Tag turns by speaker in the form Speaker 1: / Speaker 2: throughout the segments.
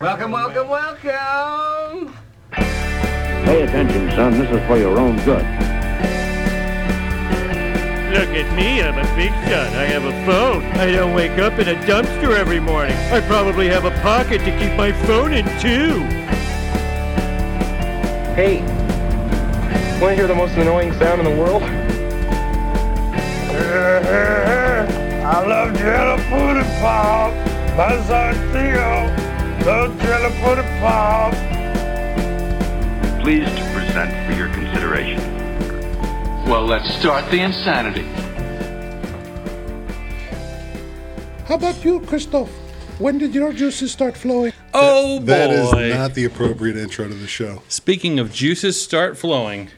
Speaker 1: Welcome, welcome, welcome.
Speaker 2: Pay attention, son. This is for your own good.
Speaker 3: Look at me, I'm a big shot. I have a phone. I don't wake up in a dumpster every morning. I probably have a pocket to keep my phone in too.
Speaker 4: Hey, want to hear the most annoying sound in the world? I love Jello Pop. My son Theo loves Jello Pop.
Speaker 5: pleased to present for your consideration
Speaker 6: Well, let's start the insanity.
Speaker 7: How about you, Christoph? When did your juices start flowing?
Speaker 8: Oh boy!
Speaker 9: That is not the appropriate intro to the show.
Speaker 8: Speaking of juices start flowing,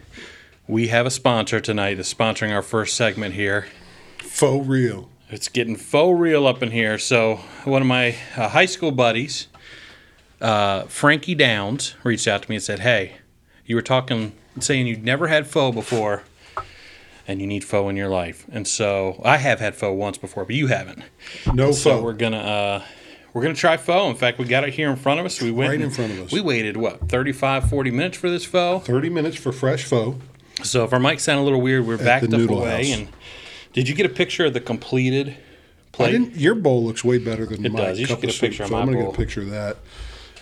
Speaker 8: we have a sponsor tonight that's sponsoring our first segment here.
Speaker 9: Faux real.
Speaker 8: It's getting faux real up in here. So one of my uh, high school buddies, uh, Frankie Downs, reached out to me and said, "Hey, you were talking, saying you'd never had faux before, and you need faux in your life." And so I have had faux once before, but you haven't.
Speaker 9: No
Speaker 8: So
Speaker 9: faux.
Speaker 8: we're gonna uh, we're gonna try pho. In fact, we got it here in front of us. We went
Speaker 9: Right in
Speaker 8: and-
Speaker 9: front of us.
Speaker 8: We waited what 35, 40 minutes for this pho.
Speaker 9: 30 minutes for fresh faux.
Speaker 8: So if our mics sound a little weird, we're backed
Speaker 9: the
Speaker 8: up
Speaker 9: Noodle
Speaker 8: away.
Speaker 9: House.
Speaker 8: And did you get a picture of the completed
Speaker 9: I
Speaker 8: plate?
Speaker 9: didn't, your bowl looks way better than
Speaker 8: It
Speaker 9: mine.
Speaker 8: does. You should
Speaker 9: Couple
Speaker 8: get a picture
Speaker 9: soups.
Speaker 8: of
Speaker 9: so
Speaker 8: my
Speaker 9: I'm gonna
Speaker 8: bowl.
Speaker 9: get a picture of that.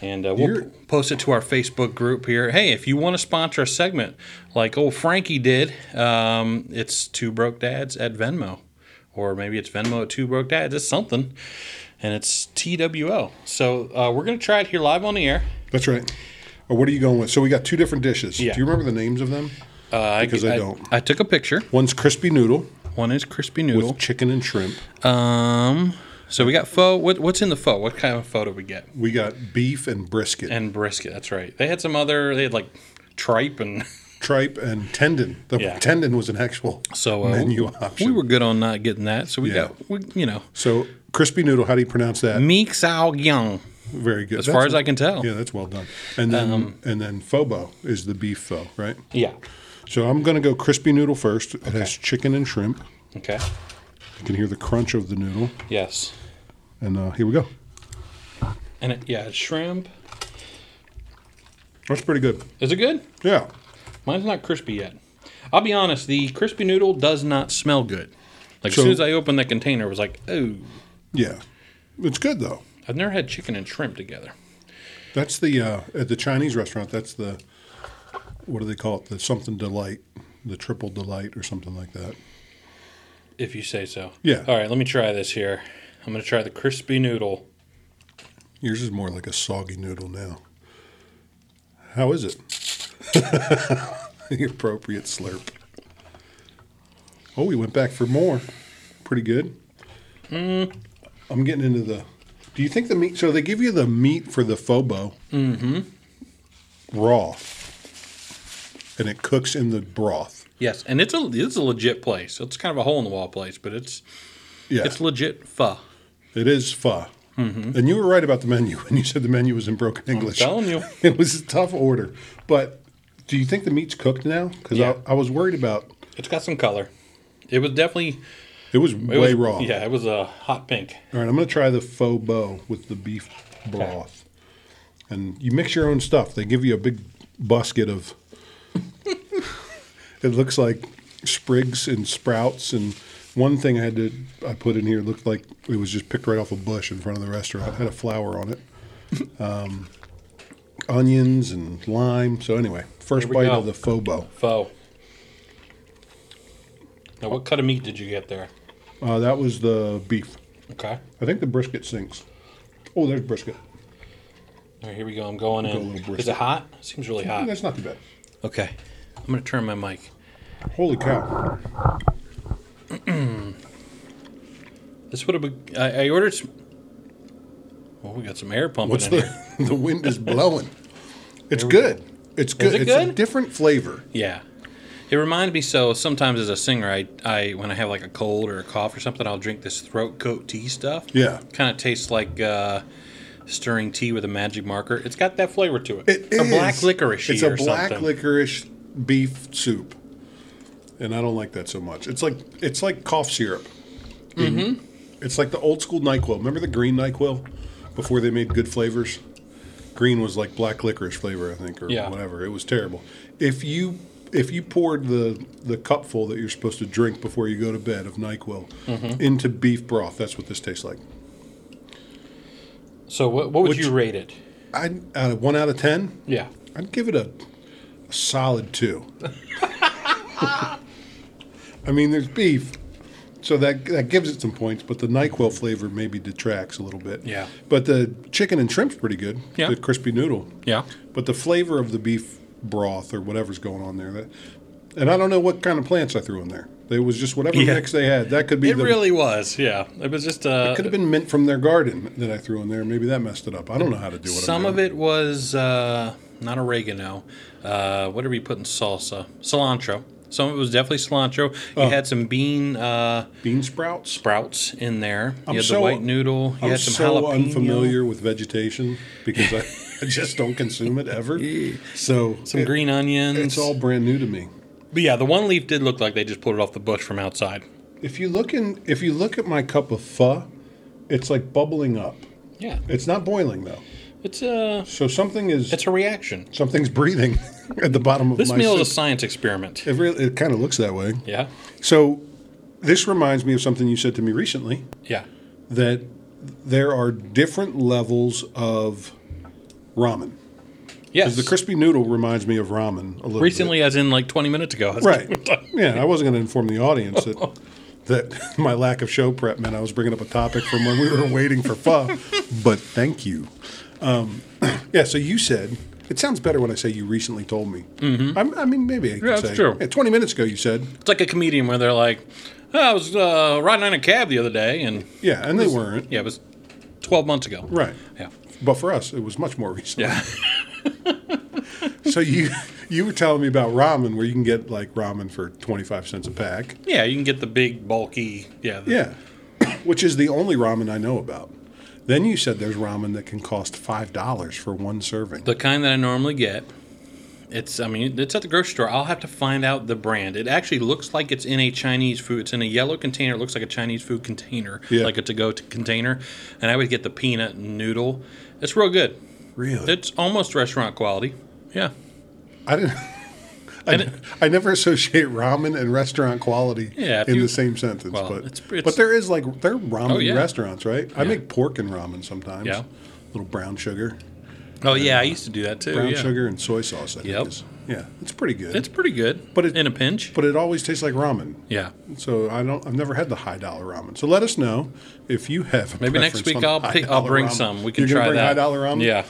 Speaker 8: And uh, we'll
Speaker 9: You're-
Speaker 8: p- post it to our Facebook group here. Hey, if you want to sponsor a segment like old Frankie did, um, it's Two Broke Dads at Venmo. Or maybe it's Venmo at Two Broke Dads. It's something. And it's TWO. So uh, we're going to try it here live on the air.
Speaker 9: That's right. Or what are you going with? So we got two different dishes.
Speaker 8: Yeah.
Speaker 9: Do you remember the names of them?
Speaker 8: Uh,
Speaker 9: Because I don't.
Speaker 8: I took a picture.
Speaker 9: One's crispy noodle
Speaker 8: One is crispy
Speaker 9: with
Speaker 8: noodle.
Speaker 9: chicken and shrimp.
Speaker 8: Um, so we got pho. What, what's in the pho? What kind of pho did we get?
Speaker 9: We got beef and brisket,
Speaker 8: And brisket. That's right. They had some other. They had like tripe and.
Speaker 9: tripe and tendon. The
Speaker 8: Yeah.
Speaker 9: tendon was an actual
Speaker 8: So uh,
Speaker 9: menu
Speaker 8: we-
Speaker 9: option.
Speaker 8: we were good on not getting that. So we
Speaker 9: Yeah.
Speaker 8: got, we, you know,
Speaker 9: so crispy noodle. How do you pronounce that?
Speaker 8: Meek Sao Young.
Speaker 9: Very good.
Speaker 8: Mm. As far as I can tell. Um,
Speaker 9: Yeah, that's well done. And then and then phobo is the beef pho, right?
Speaker 8: Yeah.
Speaker 9: So I'm going to go crispy noodle first. It has chicken and shrimp.
Speaker 8: Okay.
Speaker 9: You can hear the crunch of the noodle.
Speaker 8: Yes.
Speaker 9: And uh, here we go.
Speaker 8: And it, yeah, it's shrimp.
Speaker 9: That's pretty good.
Speaker 8: Is it good?
Speaker 9: Yeah.
Speaker 8: Mine's not crispy yet. I'll be honest. The crispy noodle does not smell good. Like
Speaker 9: So-
Speaker 8: as soon as I opened that container, it was like, oh,
Speaker 9: Yeah. It's good though.
Speaker 8: I've never had chicken and shrimp together.
Speaker 9: That's the uh, at the Chinese restaurant. That's the what do they call it? The something delight, the triple delight or something like that.
Speaker 8: If you say so.
Speaker 9: Yeah.
Speaker 8: All right. Let me try this here. I'm gonna try the crispy noodle.
Speaker 9: Yours is more like a soggy noodle now. How is it? the appropriate slurp. Oh, we went back for more. Pretty good.
Speaker 8: Hmm.
Speaker 9: I'm getting into the. Do you think the meat? So they give you the meat for the phobo
Speaker 8: Mm-hmm.
Speaker 9: raw, and it cooks in the broth.
Speaker 8: Yes, and it's a it's a legit place. It's kind of a hole in the wall place, but it's
Speaker 9: Yeah,
Speaker 8: it's legit pho.
Speaker 9: it is pho. And you were right about the menu when you said the menu was in broken English.
Speaker 8: telling you.
Speaker 9: it was a tough order. But do you think the meat's cooked now? Because
Speaker 8: Yeah.
Speaker 9: I, I was worried about
Speaker 8: It's got some color. It was definitely
Speaker 9: it was
Speaker 8: it
Speaker 9: way
Speaker 8: was,
Speaker 9: raw.
Speaker 8: Yeah, it was a hot pink.
Speaker 9: All right, I'm gonna try the faux bow with the beef broth, and you mix your own stuff. They give you a big basket of. it looks like sprigs and sprouts and. One thing I had to I put in here looked like it was just picked right off a bush in front of the restaurant. It had a flower on it, um, onions and lime. So anyway, first
Speaker 8: Here we
Speaker 9: bite
Speaker 8: go.
Speaker 9: of the faux bow.
Speaker 8: Faux. Now, what cut of meat did you get there?
Speaker 9: Uh, that was the beef.
Speaker 8: Okay.
Speaker 9: I think the brisket sinks. Oh, there's brisket.
Speaker 8: All right, here we go. I'm going
Speaker 9: a
Speaker 8: in.
Speaker 9: little
Speaker 8: Is it
Speaker 9: brisk.
Speaker 8: hot? Seems really hot.
Speaker 9: That's not too bad.
Speaker 8: Okay. I'm going to turn my mic.
Speaker 9: Holy cow!
Speaker 8: This would have been. I, I ordered some. Well, we got some air pumping
Speaker 9: What's
Speaker 8: in
Speaker 9: the
Speaker 8: here.
Speaker 9: the wind is blowing. It's good. It's good.
Speaker 8: it
Speaker 9: it's a
Speaker 8: good?
Speaker 9: different flavor.
Speaker 8: Yeah. It reminds me so sometimes as a singer, I, I when I have like a cold or a cough or something, I'll drink this throat coat tea stuff.
Speaker 9: Yeah.
Speaker 8: Kind of tastes like uh, stirring tea with a magic marker. It's got that flavor to it.
Speaker 9: It
Speaker 8: or
Speaker 9: is.
Speaker 8: black licorice.
Speaker 9: It's a
Speaker 8: or
Speaker 9: black
Speaker 8: something.
Speaker 9: licorice beef soup, and I don't like that so much. It's like it's like cough syrup. Mm-hmm. It's like the old school Nyquil. Remember the green Nyquil before they made good flavors. Green was like black licorice flavor, I think, or
Speaker 8: Yeah.
Speaker 9: whatever. It was terrible. If you if you poured the the cupful that you're supposed to drink before you go to bed of Nyquil
Speaker 8: Mm-hmm.
Speaker 9: into beef broth, that's what this tastes like.
Speaker 8: So what, what would
Speaker 9: Which-
Speaker 8: you rate it?
Speaker 9: I out of one out of ten,
Speaker 8: Yeah.
Speaker 9: I'd give it a, a solid two. I mean, there's beef, so that that gives it some points, but the Nyquil flavor maybe detracts a little bit.
Speaker 8: Yeah.
Speaker 9: But the chicken and shrimp's pretty good.
Speaker 8: Yeah.
Speaker 9: The crispy noodle.
Speaker 8: Yeah.
Speaker 9: But the flavor of the beef broth or whatever's going on there, that, and I don't know what kind of plants I threw in there. It was just whatever
Speaker 8: Yeah.
Speaker 9: mix they had. That could be
Speaker 8: It
Speaker 9: the,
Speaker 8: really was. Yeah. It was just uh,
Speaker 9: could have been mint from their garden that I threw in there. Maybe that messed it up. I don't know how to do it.
Speaker 8: some of it was uh, not oregano. Uh, what did we put in salsa? Cilantro. Some of it was definitely cilantro. You
Speaker 9: Oh.
Speaker 8: had some bean uh,
Speaker 9: bean sprouts.
Speaker 8: sprouts in there. You
Speaker 9: I'm
Speaker 8: had
Speaker 9: so-
Speaker 8: the white noodle. You
Speaker 9: I'm
Speaker 8: had some
Speaker 9: so
Speaker 8: jalapeno.
Speaker 9: unfamiliar with vegetation because I, I just don't consume it ever. So
Speaker 8: Some
Speaker 9: it-
Speaker 8: green onions.
Speaker 9: It's all brand new to me.
Speaker 8: But yeah, the one leaf did look like they just pulled it off the bush from outside.
Speaker 9: If you look in, if you look at my cup of pho, it's like bubbling up.
Speaker 8: Yeah,
Speaker 9: It's not boiling though.
Speaker 8: it's a
Speaker 9: So something is
Speaker 8: it's a reaction.
Speaker 9: something's breathing at the bottom of
Speaker 8: This
Speaker 9: my.
Speaker 8: meal
Speaker 9: soup.
Speaker 8: is a science experiment.
Speaker 9: It really, it kind of looks that way.
Speaker 8: Yeah,
Speaker 9: So this reminds me of something you said to me recently.
Speaker 8: yeah,
Speaker 9: that there are different levels of ramen.
Speaker 8: yes.
Speaker 9: Because the crispy noodle reminds me of ramen a little
Speaker 8: Recently, as in like 20 minutes ago.
Speaker 9: bit. Right. yeah, I wasn't going to inform the audience that that my lack of show prep meant I was bringing up a topic from when we were waiting for pho, but thank you. Um, yeah, so you said it sounds better when I say you recently told me. Mm-hmm. I'm, I mean, maybe I could
Speaker 8: that's
Speaker 9: say
Speaker 8: true.
Speaker 9: Yeah, 20 minutes ago you said.
Speaker 8: It's like a comedian where they're like, "Oh, I was uh, riding on a cab the other day, and
Speaker 9: Yeah, and they weren't.
Speaker 8: yeah, it was 12 months ago.
Speaker 9: Right.
Speaker 8: Yeah.
Speaker 9: But for us, it was much more recent.
Speaker 8: Yeah.
Speaker 9: So you you were telling me about ramen where you can get like ramen for 25 cents a pack.
Speaker 8: Yeah, you can get the big, bulky. Yeah. the-
Speaker 9: Yeah. Which is the only ramen I know about. Then you said there's ramen that can cost $5 for one serving.
Speaker 8: The kind that I normally get. It's, I mean, it's at the grocery store. I'll have to find out the brand. It actually looks like it's in a Chinese food. It's in a yellow container. It looks like a Chinese food container,
Speaker 9: Yeah.
Speaker 8: like a to go container. And I would get the peanut noodle. It's real good.
Speaker 9: really?
Speaker 8: It's almost restaurant quality. Yeah.
Speaker 9: I didn't I,
Speaker 8: And it-
Speaker 9: I never associate ramen and restaurant quality
Speaker 8: Yeah, if
Speaker 9: in
Speaker 8: you-
Speaker 9: the same sentence,
Speaker 8: well,
Speaker 9: but
Speaker 8: it's- it's-
Speaker 9: but there is like there are ramen
Speaker 8: Oh, yeah.
Speaker 9: restaurants, right? I make pork and ramen sometimes.
Speaker 8: Yeah.
Speaker 9: Little brown sugar,
Speaker 8: Oh, yeah. I used to do that too.
Speaker 9: brown
Speaker 8: yeah.
Speaker 9: sugar and soy sauce. I
Speaker 8: Yep.
Speaker 9: think is, yeah, it's pretty good.
Speaker 8: It's pretty good.
Speaker 9: But it-
Speaker 8: in a pinch.
Speaker 9: but it always tastes like ramen.
Speaker 8: yeah.
Speaker 9: So I don't. I've never had the high dollar ramen. So let us know if you have. A
Speaker 8: Maybe next
Speaker 9: preference
Speaker 8: week
Speaker 9: on
Speaker 8: I'll
Speaker 9: high
Speaker 8: pick, I'll
Speaker 9: dollar
Speaker 8: bring
Speaker 9: ramen.
Speaker 8: some. We can
Speaker 9: You're gonna
Speaker 8: try
Speaker 9: bring
Speaker 8: that.
Speaker 9: High dollar ramen.
Speaker 8: Yeah.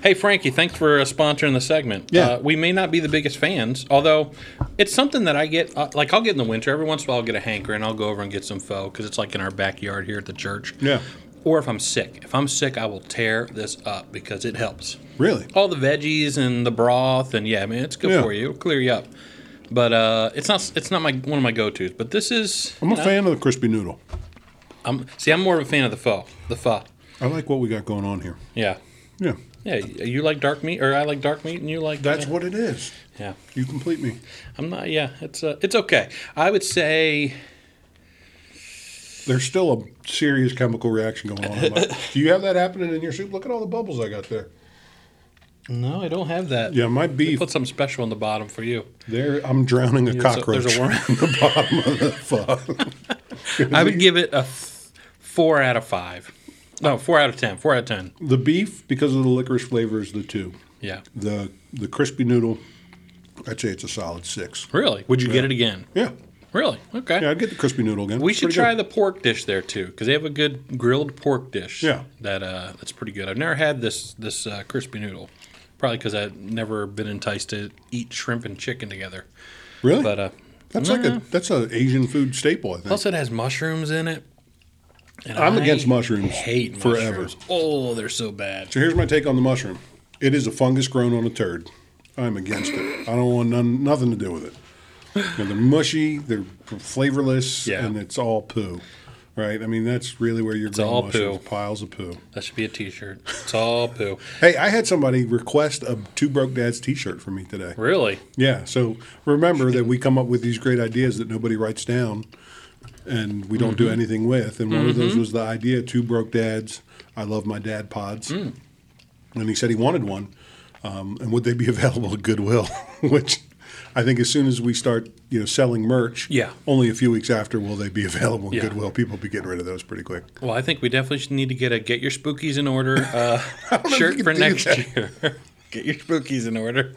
Speaker 8: Hey Frankie, thanks for uh, sponsoring the segment.
Speaker 9: Yeah.
Speaker 8: Uh, we may not be the biggest fans, although it's something that I get. Uh, like I'll get in the winter every once in a while. I'll get a hanker and I'll go over and get some pho because it's like in our backyard here at the church.
Speaker 9: Yeah.
Speaker 8: Or if I'm sick, if I'm sick, I will tear this up because it helps.
Speaker 9: Really.
Speaker 8: All the veggies and the broth and yeah, man, it's good
Speaker 9: Yeah.
Speaker 8: for you. It'll clear you up. But uh, it's not it's not my one of my go tos. But this is
Speaker 9: I'm a fan of the crispy noodle.
Speaker 8: I'm see I'm more of a fan of the pho the pho.
Speaker 9: I like what we got going on here.
Speaker 8: Yeah.
Speaker 9: Yeah.
Speaker 8: Yeah, you like dark meat, or I like dark meat, and you like uh,
Speaker 9: That's what it is.
Speaker 8: Yeah,
Speaker 9: You complete me.
Speaker 8: I'm not. Yeah, it's uh, it's okay. I would say
Speaker 9: There's still a serious chemical reaction going on. in my- Do you have that happening in your soup? Look at all the bubbles I got there.
Speaker 8: no, I don't have that.
Speaker 9: Yeah, my beef.
Speaker 8: Put something special on the bottom for you.
Speaker 9: There, I'm drowning a
Speaker 8: There's a-
Speaker 9: cockroach
Speaker 8: there's a worm.
Speaker 9: in the bottom of the pho.
Speaker 8: I would give it a f- four out of five. No, four out of ten. Four out of ten.
Speaker 9: the beef because of the licorice flavor is the two.
Speaker 8: Yeah.
Speaker 9: The the crispy noodle, I'd say it's a solid six.
Speaker 8: Really? Would you get it again?
Speaker 9: Yeah.
Speaker 8: Really? Okay.
Speaker 9: Yeah, I'd get the crispy noodle again.
Speaker 8: We
Speaker 9: It's
Speaker 8: should
Speaker 9: pretty
Speaker 8: try
Speaker 9: good.
Speaker 8: the pork dish there too, because they have a good grilled pork dish.
Speaker 9: Yeah.
Speaker 8: that uh, that's pretty good. I've never had this this uh, crispy noodle, probably because I've never been enticed to eat shrimp and chicken together.
Speaker 9: Really?
Speaker 8: But uh, Mm-hmm.
Speaker 9: that's like a that's an Asian food staple, I think.
Speaker 8: Plus, it has mushrooms in it. and
Speaker 9: I'm
Speaker 8: I
Speaker 9: against mushrooms
Speaker 8: Hate
Speaker 9: forever.
Speaker 8: mushrooms. Oh, they're so bad.
Speaker 9: So here's my take on the mushroom. It is a fungus grown on a turd. I'm against it. I don't want none, nothing to do with it. You know, they're mushy, they're flavorless,
Speaker 8: Yeah.
Speaker 9: and it's all poo. Right? I mean, that's really where you're growing
Speaker 8: all
Speaker 9: mushrooms,
Speaker 8: poo.
Speaker 9: piles of poo.
Speaker 8: That should be a T-shirt. It's all poo.
Speaker 9: Hey, I had somebody request a Two Broke Dads t-shirt for me today.
Speaker 8: Really?
Speaker 9: Yeah. So remember that we come up with these great ideas that nobody writes down and we don't
Speaker 8: Mm-hmm.
Speaker 9: do
Speaker 8: Mm.
Speaker 9: anything with. And one of those was the idea two broke dads, I love my dad pods. and he said he wanted one. Um, and would they be available at Goodwill? Which I think as soon as we start, you know, selling merch,
Speaker 8: Yeah.
Speaker 9: only a few weeks after will they be available at
Speaker 8: Yeah.
Speaker 9: Goodwill. People will be getting rid of those pretty quick.
Speaker 8: Well, I think we definitely should need to get a get your spookies in order uh,
Speaker 9: know if we
Speaker 8: shirt
Speaker 9: can
Speaker 8: for
Speaker 9: do
Speaker 8: next
Speaker 9: that.
Speaker 8: year. get your spookies in order.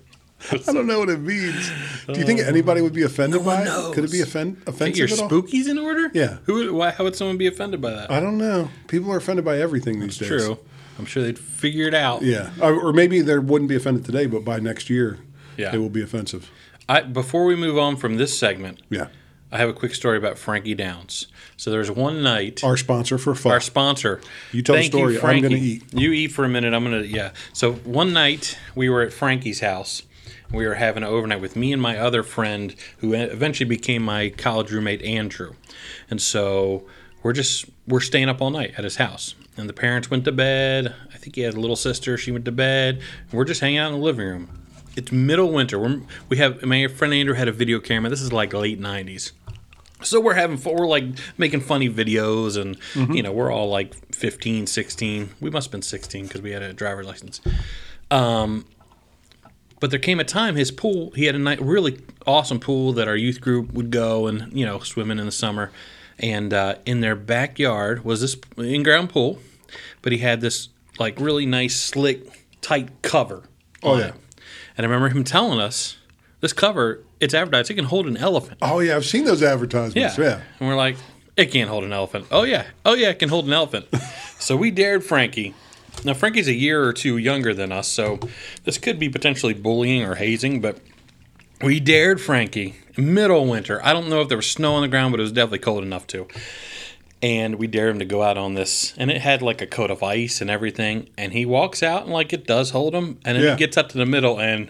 Speaker 9: I don't know what it means. Do you think anybody would be offended
Speaker 8: Uh, no
Speaker 9: by
Speaker 8: one
Speaker 9: it? Could it be
Speaker 8: knows.
Speaker 9: offend- offensive
Speaker 8: Get your
Speaker 9: at all?
Speaker 8: spookies in order?
Speaker 9: Yeah. Oh,
Speaker 8: Who? would- Why? How would someone be offended by that?
Speaker 9: I don't know. People are offended by everything these days.
Speaker 8: It's True. I'm sure they'd figure it out.
Speaker 9: Yeah, or or maybe they wouldn't be offended today, but by next year,
Speaker 8: Yeah.
Speaker 9: they will be offensive.
Speaker 8: I, before we move on from this segment,
Speaker 9: Yeah,
Speaker 8: I have a quick story about Frankie Downs. So there's one night.
Speaker 9: our sponsor for fun.
Speaker 8: our sponsor.
Speaker 9: You tell the story. I'm
Speaker 8: Frankie.
Speaker 9: gonna eat.
Speaker 8: You eat for a minute. I'm gonna yeah. So one night we were at Frankie's house. and We were having an overnight with me and my other friend, who e, eventually became my college roommate Andrew. And so we're just we're staying up all night at his house. And the parents went to bed. I think he had a little sister. She went to bed. And we're just hanging out in the living room. It's middle winter. We're, we have my friend Andrew had a video camera. This is like late '90s. So we're having fun. We're like making funny videos, and you know, we're all like 15, 16. We must have been 16 because we had a driver's license. Um, but there came a time his pool, he had a night, really awesome pool that our youth group would go and, you know, swimming in the summer. And uh, in their backyard was this in ground pool, but he had this like really nice, slick, tight cover.
Speaker 9: Oh,
Speaker 8: on
Speaker 9: yeah.
Speaker 8: it. And I remember him telling us this cover, it's advertised, it can hold an elephant.
Speaker 9: Oh yeah, I've seen those advertisements. Yeah,
Speaker 8: And we're like, it can't hold an elephant. Oh, yeah. Oh, yeah, it can hold an elephant. so we dared Frankie. Now, Frankie's a year or two younger than us, so this could be potentially bullying or hazing, but we dared Frankie, middle winter. I don't know if there was snow on the ground, but it was definitely cold enough to. And we dared him to go out on this, and it had like a coat of ice and everything. And he walks out, and like it does hold him, and then
Speaker 9: Yeah.
Speaker 8: he gets up to the middle, and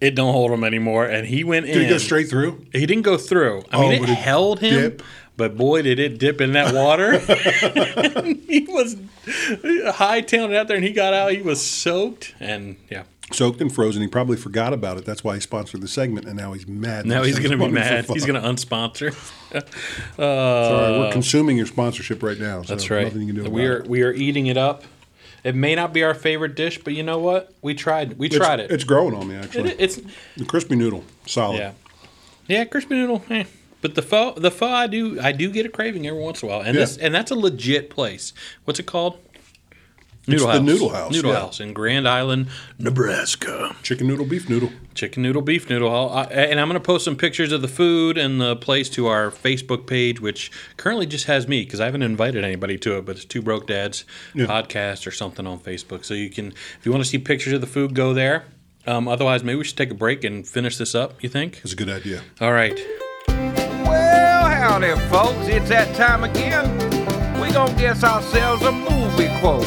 Speaker 8: it don't hold him anymore. And he went in.
Speaker 9: Did it go straight through?
Speaker 8: He didn't go through. I
Speaker 9: Oh,
Speaker 8: mean, it,
Speaker 9: but it
Speaker 8: held him,
Speaker 9: dip?
Speaker 8: but boy, did it dip in that water. he was hightailing it out there, and he got out. He was soaked, and yeah,
Speaker 9: Soaked and frozen. He probably forgot about it. That's why he sponsored the segment, and now he's mad.
Speaker 8: now
Speaker 9: that
Speaker 8: he's
Speaker 9: he
Speaker 8: gonna be
Speaker 9: sponsored
Speaker 8: mad.
Speaker 9: for
Speaker 8: He's
Speaker 9: fun.
Speaker 8: gonna unsponsor.
Speaker 9: Sorry, we're consuming your sponsorship right now. So
Speaker 8: That's right.
Speaker 9: Nothing you can do.
Speaker 8: We
Speaker 9: about
Speaker 8: are
Speaker 9: it.
Speaker 8: we are eating it up. It may not be our favorite dish, but you know what? We tried. We tried
Speaker 9: it's,
Speaker 8: it.
Speaker 9: It's growing on me
Speaker 8: It-
Speaker 9: actually.
Speaker 8: it's
Speaker 9: the crispy noodle, solid.
Speaker 8: yeah, yeah, crispy noodle. Eh. But the pho, the pho, I do I do get a craving every once in a while, and
Speaker 9: Yeah.
Speaker 8: this and that's a legit place. What's it called?
Speaker 9: It's the Noodle House,
Speaker 8: Noodle
Speaker 9: yeah.
Speaker 8: House in Grand Island, Nebraska.
Speaker 9: Chicken noodle, beef noodle.
Speaker 8: Chicken noodle, beef noodle. I, and I'm going to post some pictures of the food and the place to our Facebook page, which currently just has me because I haven't invited anybody to it, but it's Two Broke Dads
Speaker 9: Yeah.
Speaker 8: podcast or something on Facebook. So you can, if you want to see pictures of the food, go there. Um, otherwise, maybe we should take a break and finish this up, you think?
Speaker 9: That's a good idea.
Speaker 8: All right.
Speaker 1: Well, howdy, folks. It's that time again. we going to guess ourselves a movie quote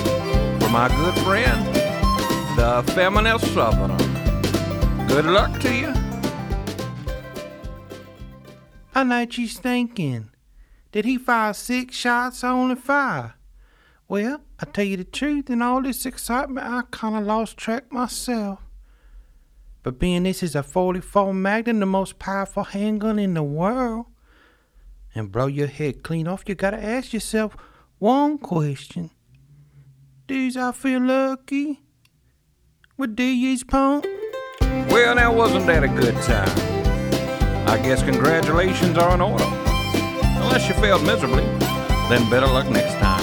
Speaker 1: from our good friend, the feminist southerner. Good luck to you. A night she's thinking, did he fire six shots or only five? Well, I tell you the truth, in all this excitement, I kind of lost track myself. But being this is a 44 Magnum, the most powerful handgun in the world, and blow your head clean off, you gotta ask yourself one question. Does I feel lucky? What do you punk? Well, now wasn't that a good time? I guess congratulations are in order. Unless you failed miserably, then better luck next time.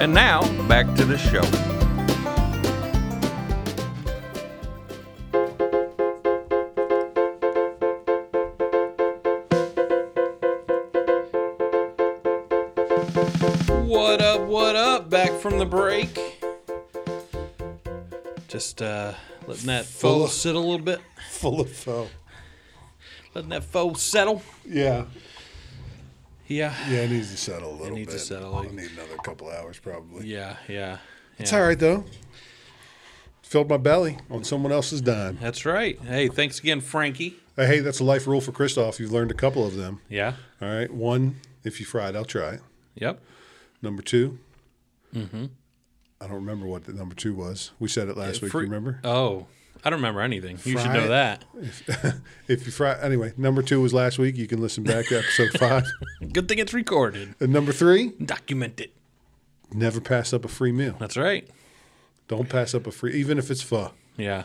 Speaker 1: And now, back to the show.
Speaker 8: What up? What up? Back from the break. Just uh, letting that
Speaker 9: Full
Speaker 8: foe
Speaker 9: of-
Speaker 8: sit a little bit,
Speaker 9: Full of foe.
Speaker 8: letting that foe settle.
Speaker 9: Yeah.
Speaker 8: Yeah.
Speaker 9: Yeah, it needs to settle a little
Speaker 8: needs to
Speaker 9: bit.
Speaker 8: settle.
Speaker 9: I need another couple hours probably.
Speaker 8: Yeah, yeah.
Speaker 9: It's
Speaker 8: yeah.
Speaker 9: all right though. Filled my belly on someone else's dime.
Speaker 8: That's right. Hey, thanks again, Frankie.
Speaker 9: Uh, Hey, that's a life rule for Christoph. You've learned a couple of them.
Speaker 8: Yeah.
Speaker 9: All right. One, if you fried, I'll try it.
Speaker 8: Yep.
Speaker 9: Number 2 mm-hmm. I don't remember what the number two was. We said it last week.
Speaker 8: Fr-
Speaker 9: you remember?
Speaker 8: Oh, I don't remember anything. You should
Speaker 9: Fry
Speaker 8: know
Speaker 9: it.
Speaker 8: that.
Speaker 9: If you fry, anyway, number two was last week. You can listen back to episode five.
Speaker 8: Good thing it's recorded,
Speaker 9: And number three,
Speaker 8: documented.
Speaker 9: never pass up a free meal.
Speaker 8: That's right.
Speaker 9: Don't pass up a free, even if it's pho.
Speaker 8: Yeah.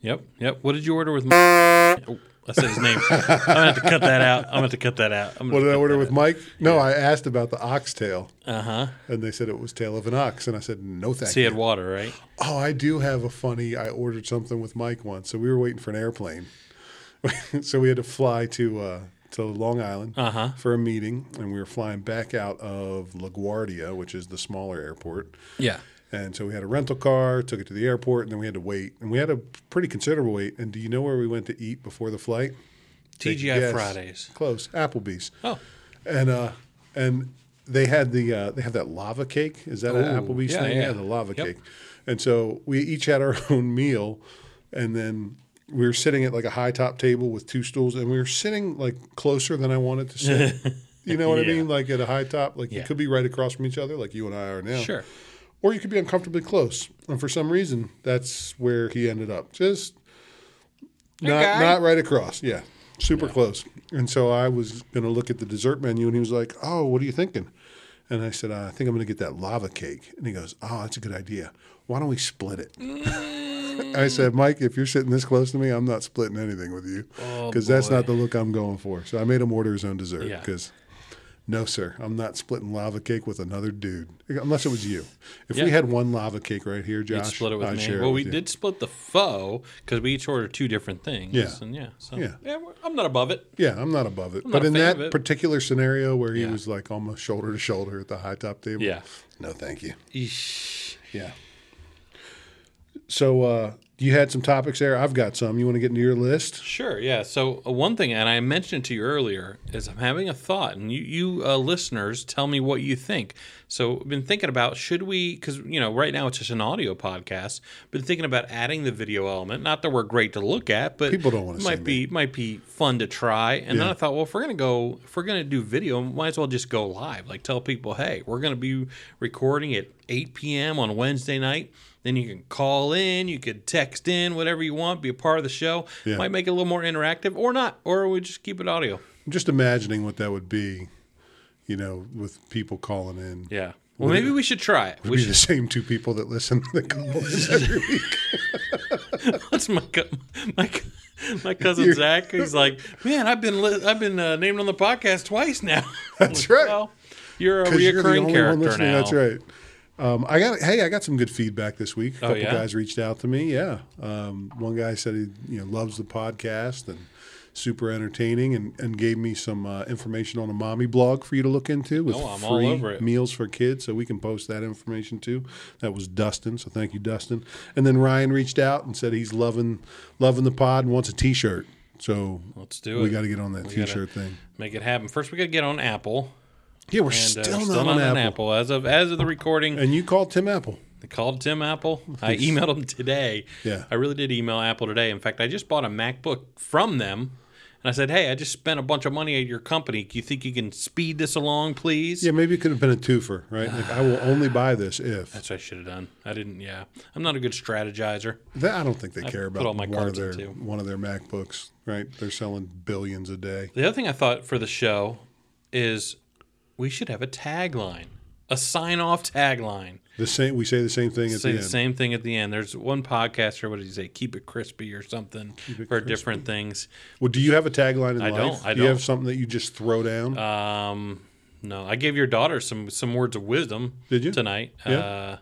Speaker 8: Yep. Yep. What did you order with? M- Oh, I said his name. I'm gonna have to cut that out. I'm gonna have to cut that out. I'm
Speaker 9: What
Speaker 8: gonna
Speaker 9: did I
Speaker 8: cut
Speaker 9: order
Speaker 8: that
Speaker 9: with
Speaker 8: out.
Speaker 9: Mike? No, I asked about the oxtail. Uh huh. And they said it was tail of an ox, and I said no, thank
Speaker 8: So he
Speaker 9: you.
Speaker 8: had water, right?
Speaker 9: Oh, I do have a funny. I ordered something with Mike once, so we were waiting for an airplane, so we had to fly to uh, to Long Island for a meeting, and we were flying back out of LaGuardia, which is the smaller airport.
Speaker 8: Yeah.
Speaker 9: And so we had a rental car, took it to the airport, and then we had to wait, and we had a pretty considerable wait. And do you know where we went to eat before the flight? Take a
Speaker 8: TGI
Speaker 9: guess.
Speaker 8: Fridays.
Speaker 9: Close. Applebee's.
Speaker 8: Oh.
Speaker 9: And uh and they had the uh, they have that lava cake. Is that an
Speaker 8: Ooh,
Speaker 9: Applebee's
Speaker 8: Oh, yeah,
Speaker 9: thing?
Speaker 8: yeah.
Speaker 9: the lava
Speaker 8: Yep.
Speaker 9: cake. And so we each had our own meal and then we were sitting at like a high top table with two stools and we were sitting like closer than I wanted to sit. you know what I
Speaker 8: Yeah.
Speaker 9: mean? Like at a high top, like you
Speaker 8: Yeah.
Speaker 9: could be right across from each other like you and I are now.
Speaker 8: Sure.
Speaker 9: Or you could be uncomfortably close. And for some reason, that's where he ended up. Just not
Speaker 1: guy.
Speaker 9: not right across. Yeah, super close. And so I was going to look at the dessert menu, and he was like, "Oh, what are you thinking?" And I said, "Uh, "I think I'm going to get that lava cake." And he goes, "Oh, that's a good idea. Why don't we split it?" I said, "Mike, if you're sitting this close to me, I'm not splitting anything with you because that's not the look I'm going for." So I made him order his own dessert
Speaker 8: Yeah.
Speaker 9: because. No, sir. I'm not splitting lava cake with another dude, unless it was you. If we
Speaker 8: Yeah.
Speaker 9: had one lava cake right here,
Speaker 8: You'd
Speaker 9: Josh,
Speaker 8: split it with
Speaker 9: I'd
Speaker 8: me.
Speaker 9: share it
Speaker 8: Well, we
Speaker 9: with you.
Speaker 8: did split the pho because we each ordered two different things.
Speaker 9: Yeah.
Speaker 8: And yeah. So
Speaker 9: Yeah.
Speaker 8: yeah. we're- I'm not above it.
Speaker 9: Yeah, I'm not above it.
Speaker 8: not
Speaker 9: but
Speaker 8: a
Speaker 9: in
Speaker 8: fan
Speaker 9: that
Speaker 8: of it.
Speaker 9: particular scenario where he
Speaker 8: Yeah.
Speaker 9: was like almost shoulder to shoulder at the high top table.
Speaker 8: Yeah.
Speaker 9: No, thank you. Yeah. So uh, you had some topics there. I've got some. You want to get into your list?
Speaker 8: Sure. Yeah. So uh, one thing, and I mentioned it to you earlier, is I'm having a thought, and you, you uh, listeners, tell me what you think. So I've been thinking about should we, because you know, right now it's just an audio podcast. Been thinking about adding the video element. Not that we're great to look at, but
Speaker 9: People don't wanna
Speaker 8: it
Speaker 9: see
Speaker 8: might be might be fun to try. And then
Speaker 9: Yeah.
Speaker 8: I thought, well, if we're gonna go, if we're gonna do video, might as well just go live. Like tell people, hey, we're gonna be recording at 8 p.m. on Wednesday night. Then you can call in, you could text in, whatever you want, be a part of the show.
Speaker 9: Yeah.
Speaker 8: Might make it a little more interactive, or not, or we just keep it audio.
Speaker 9: I'm just imagining what that would be, you know, with people calling in.
Speaker 8: Yeah. Well, maybe we should try it.
Speaker 9: It'd
Speaker 8: We
Speaker 9: be
Speaker 8: should,
Speaker 9: the same two people that listen to the call in every week.
Speaker 8: that's my co- my co- my cousin Zach. He's like, man, I've been li- I've been uh, named on the podcast twice now.
Speaker 9: That's right.
Speaker 8: Well, you're a
Speaker 9: 'Cause you're the
Speaker 8: reoccurring
Speaker 9: only one
Speaker 8: character
Speaker 9: listening.
Speaker 8: now.
Speaker 9: That's right. Um, I got hey, I got some good feedback this week. A
Speaker 8: Oh,
Speaker 9: couple
Speaker 8: yeah?
Speaker 9: guys reached out to me. Yeah, um, one guy said he you know loves the podcast and super entertaining, and, and gave me some uh, information on a mommy blog for you to look into with
Speaker 8: Oh, I'm all
Speaker 9: free
Speaker 8: over it.
Speaker 9: meals for kids, so we can post that information too. That was Dustin, so thank you, Dustin. And then Ryan reached out and said he's loving loving the pod and wants a T-shirt. So
Speaker 8: Let's do it.
Speaker 9: we got to get on that
Speaker 8: We gotta-
Speaker 9: T-shirt thing.
Speaker 8: Make it happen. First, we got to get on Apple.
Speaker 9: Yeah, we're
Speaker 8: And, uh,
Speaker 9: still, not on,
Speaker 8: an
Speaker 9: Apple.
Speaker 8: Apple. As of as of the recording,
Speaker 9: And you called Tim Apple.
Speaker 8: I called Tim Apple. I emailed him today.
Speaker 9: Yeah.
Speaker 8: I really did email Apple today. In fact, I just bought a MacBook from them. And I said, hey, I just spent a bunch of money at your company. Do you think you can speed this along, please?
Speaker 9: Yeah, maybe it could have been a twofer, right? Like I will only buy this if
Speaker 8: That's what I should have done. I didn't, yeah. I'm not a good strategizer.
Speaker 9: that, I don't think they care about
Speaker 8: all my
Speaker 9: one of
Speaker 8: cards
Speaker 9: their
Speaker 8: in too.
Speaker 9: one of their MacBooks, right? They're selling billions a day.
Speaker 8: The other thing I thought for the show is we should have a tagline, a sign off tagline.
Speaker 9: The same we say the same thing at
Speaker 8: say
Speaker 9: the
Speaker 8: the
Speaker 9: end.
Speaker 8: same thing at the end. There's one podcaster, what did he say? Keep it crispy or something for different things.
Speaker 9: Well, do you have a tagline in
Speaker 8: I
Speaker 9: life?
Speaker 8: don't, I
Speaker 9: Do you have
Speaker 8: don't.
Speaker 9: something that you just throw down?
Speaker 8: Um, no, I gave your daughter some some words of wisdom.
Speaker 9: Did you?
Speaker 8: tonight?
Speaker 9: Yeah.
Speaker 8: Uh,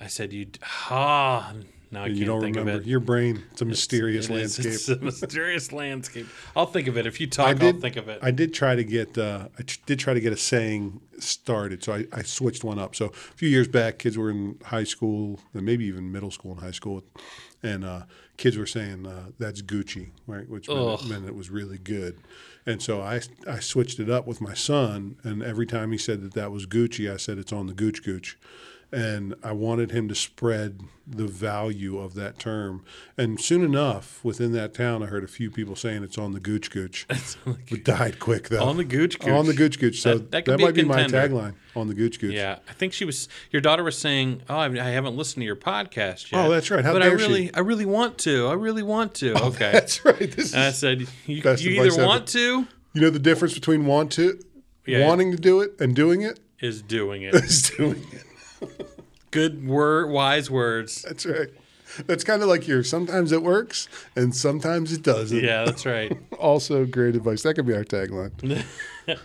Speaker 8: I said you. Ah, now I
Speaker 9: and
Speaker 8: can't
Speaker 9: you don't
Speaker 8: think
Speaker 9: remember
Speaker 8: of it.
Speaker 9: your brain. It's a mysterious
Speaker 8: It is-
Speaker 9: landscape.
Speaker 8: It's a mysterious landscape. I'll think of it if you talk.
Speaker 9: I did
Speaker 8: I'll think of it.
Speaker 9: I did try to get uh, I tr- did try to get a saying started, so I, I switched one up. So a few years back, kids were in high school, and maybe even middle school and high school, and uh, kids were saying uh, that's Gucci, right? Which meant it, meant it was really good. And so I I switched it up with my son, and every time he said that that was Gucci, I said it's on the Gooch Gooch. And I wanted him to spread the value of that term. And soon enough, within that town, I heard a few people saying it's on the Gooch Gooch. We died quick though.
Speaker 8: On the gooch gooch.
Speaker 9: On the gooch gooch. So that,
Speaker 8: That- that could be a
Speaker 9: might be my
Speaker 8: contender.
Speaker 9: tagline. On the gooch gooch.
Speaker 8: yeah, I think she was. Your daughter was saying, "Oh, I I haven't listened to your podcast yet."
Speaker 9: Oh, that's right. How
Speaker 8: but I
Speaker 9: dare she? Oh,
Speaker 8: really, I really want to. I really want to. okay,
Speaker 9: That's right. This is,
Speaker 8: And I said, "You,
Speaker 9: Best
Speaker 8: you
Speaker 9: advice
Speaker 8: either
Speaker 9: ever.
Speaker 8: want to
Speaker 9: you know the difference between want to
Speaker 8: Yeah.
Speaker 9: wanting to do it and doing it
Speaker 8: is doing it."
Speaker 9: is doing it.
Speaker 8: Good word, wise words.
Speaker 9: That's right. That's kind of like your sometimes it works and sometimes it doesn't.
Speaker 8: Yeah, that's right.
Speaker 9: Also, great advice. That could be our tagline.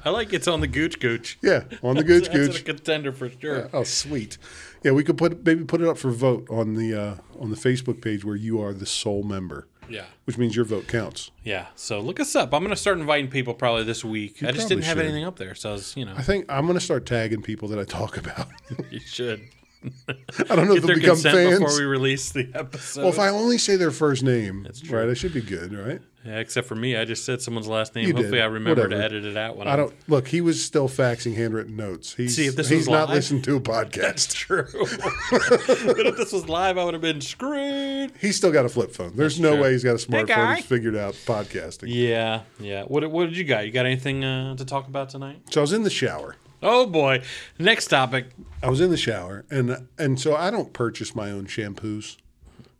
Speaker 8: I like it's on the gooch gooch.
Speaker 9: Yeah, on the gooch
Speaker 8: That's a
Speaker 9: gooch.
Speaker 8: contender for sure.
Speaker 9: Oh, sweet. Yeah, we could put maybe put it up for vote on the uh, on the Facebook page where you are the sole member.
Speaker 8: Yeah.
Speaker 9: which means your vote counts.
Speaker 8: Yeah. So look us up. I'm going to start inviting people probably this week. I just
Speaker 9: probably
Speaker 8: didn't have
Speaker 9: should.
Speaker 8: anything up there. So I was, you know,
Speaker 9: I think I'm going to start tagging people that I talk about.
Speaker 8: you should
Speaker 9: I don't know if they'll
Speaker 8: get their
Speaker 9: become
Speaker 8: consent
Speaker 9: fans.
Speaker 8: before we release the episode.
Speaker 9: well, if I only say their first name, right, I should be good, right?
Speaker 8: yeah, except for me, I just said someone's last name.
Speaker 9: You did.
Speaker 8: Hopefully, I remember to
Speaker 9: Whatever.
Speaker 8: edit it out when
Speaker 9: I don't look. He was still faxing handwritten notes. He's,
Speaker 8: See, if this
Speaker 9: he's
Speaker 8: was
Speaker 9: not
Speaker 8: live-
Speaker 9: listening to a podcast.
Speaker 8: True. but if this was live, I would have been screwed.
Speaker 9: He's still got a flip phone. There's no
Speaker 8: true.
Speaker 9: way he's got a smartphone.
Speaker 1: guy.
Speaker 9: He's figured out podcasting.
Speaker 8: Yeah, yeah. What what did you got? You got anything uh, to talk about tonight?
Speaker 9: So I was in the shower.
Speaker 8: Oh boy. Next topic.
Speaker 9: I was in the shower, and and so I don't purchase my own shampoos,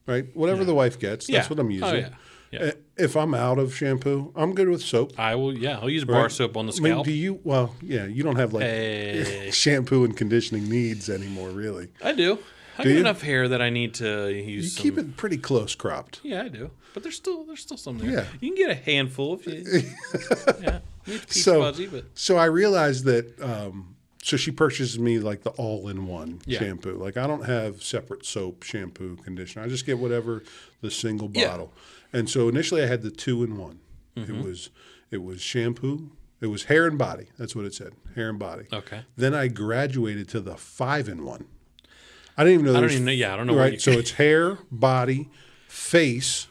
Speaker 9: right? Whatever the wife gets, that's
Speaker 8: Yeah.
Speaker 9: what I'm
Speaker 8: Oh,
Speaker 9: using.
Speaker 8: yeah. Yeah.
Speaker 9: Eh, If I'm out of shampoo, I'm good with soap.
Speaker 8: I will. Yeah, I'll use bar
Speaker 9: right?
Speaker 8: soap on the
Speaker 9: I mean,
Speaker 8: scalp.
Speaker 9: do you? Well, yeah, you don't have like
Speaker 8: Hey.
Speaker 9: shampoo and conditioning needs anymore, really.
Speaker 8: I do. I
Speaker 9: Do
Speaker 8: got
Speaker 9: you?
Speaker 8: enough hair that I need to use.
Speaker 9: You
Speaker 8: some-
Speaker 9: keep it pretty close cropped.
Speaker 8: Yeah, I do. But there's still there's still some there.
Speaker 9: Yeah.
Speaker 8: You can get a handful if you. yeah. It's peach
Speaker 9: so,
Speaker 8: fuzzy, but
Speaker 9: so I realized that. Um, so she purchases me like the all-in-one
Speaker 8: Yeah.
Speaker 9: shampoo. Like I don't have separate soap, shampoo, conditioner. I just get whatever the single
Speaker 8: Yeah. Mm-hmm.
Speaker 9: bottle. And so initially, I had the two-in-one. It was it was shampoo. It was hair and body. That's what it said. Hair and body.
Speaker 8: Okay.
Speaker 9: Then I graduated to the five-in-one. I didn't even know. I
Speaker 8: don't even know- yeah, I don't know what
Speaker 9: Right.
Speaker 8: you-
Speaker 9: so it's hair, body, face.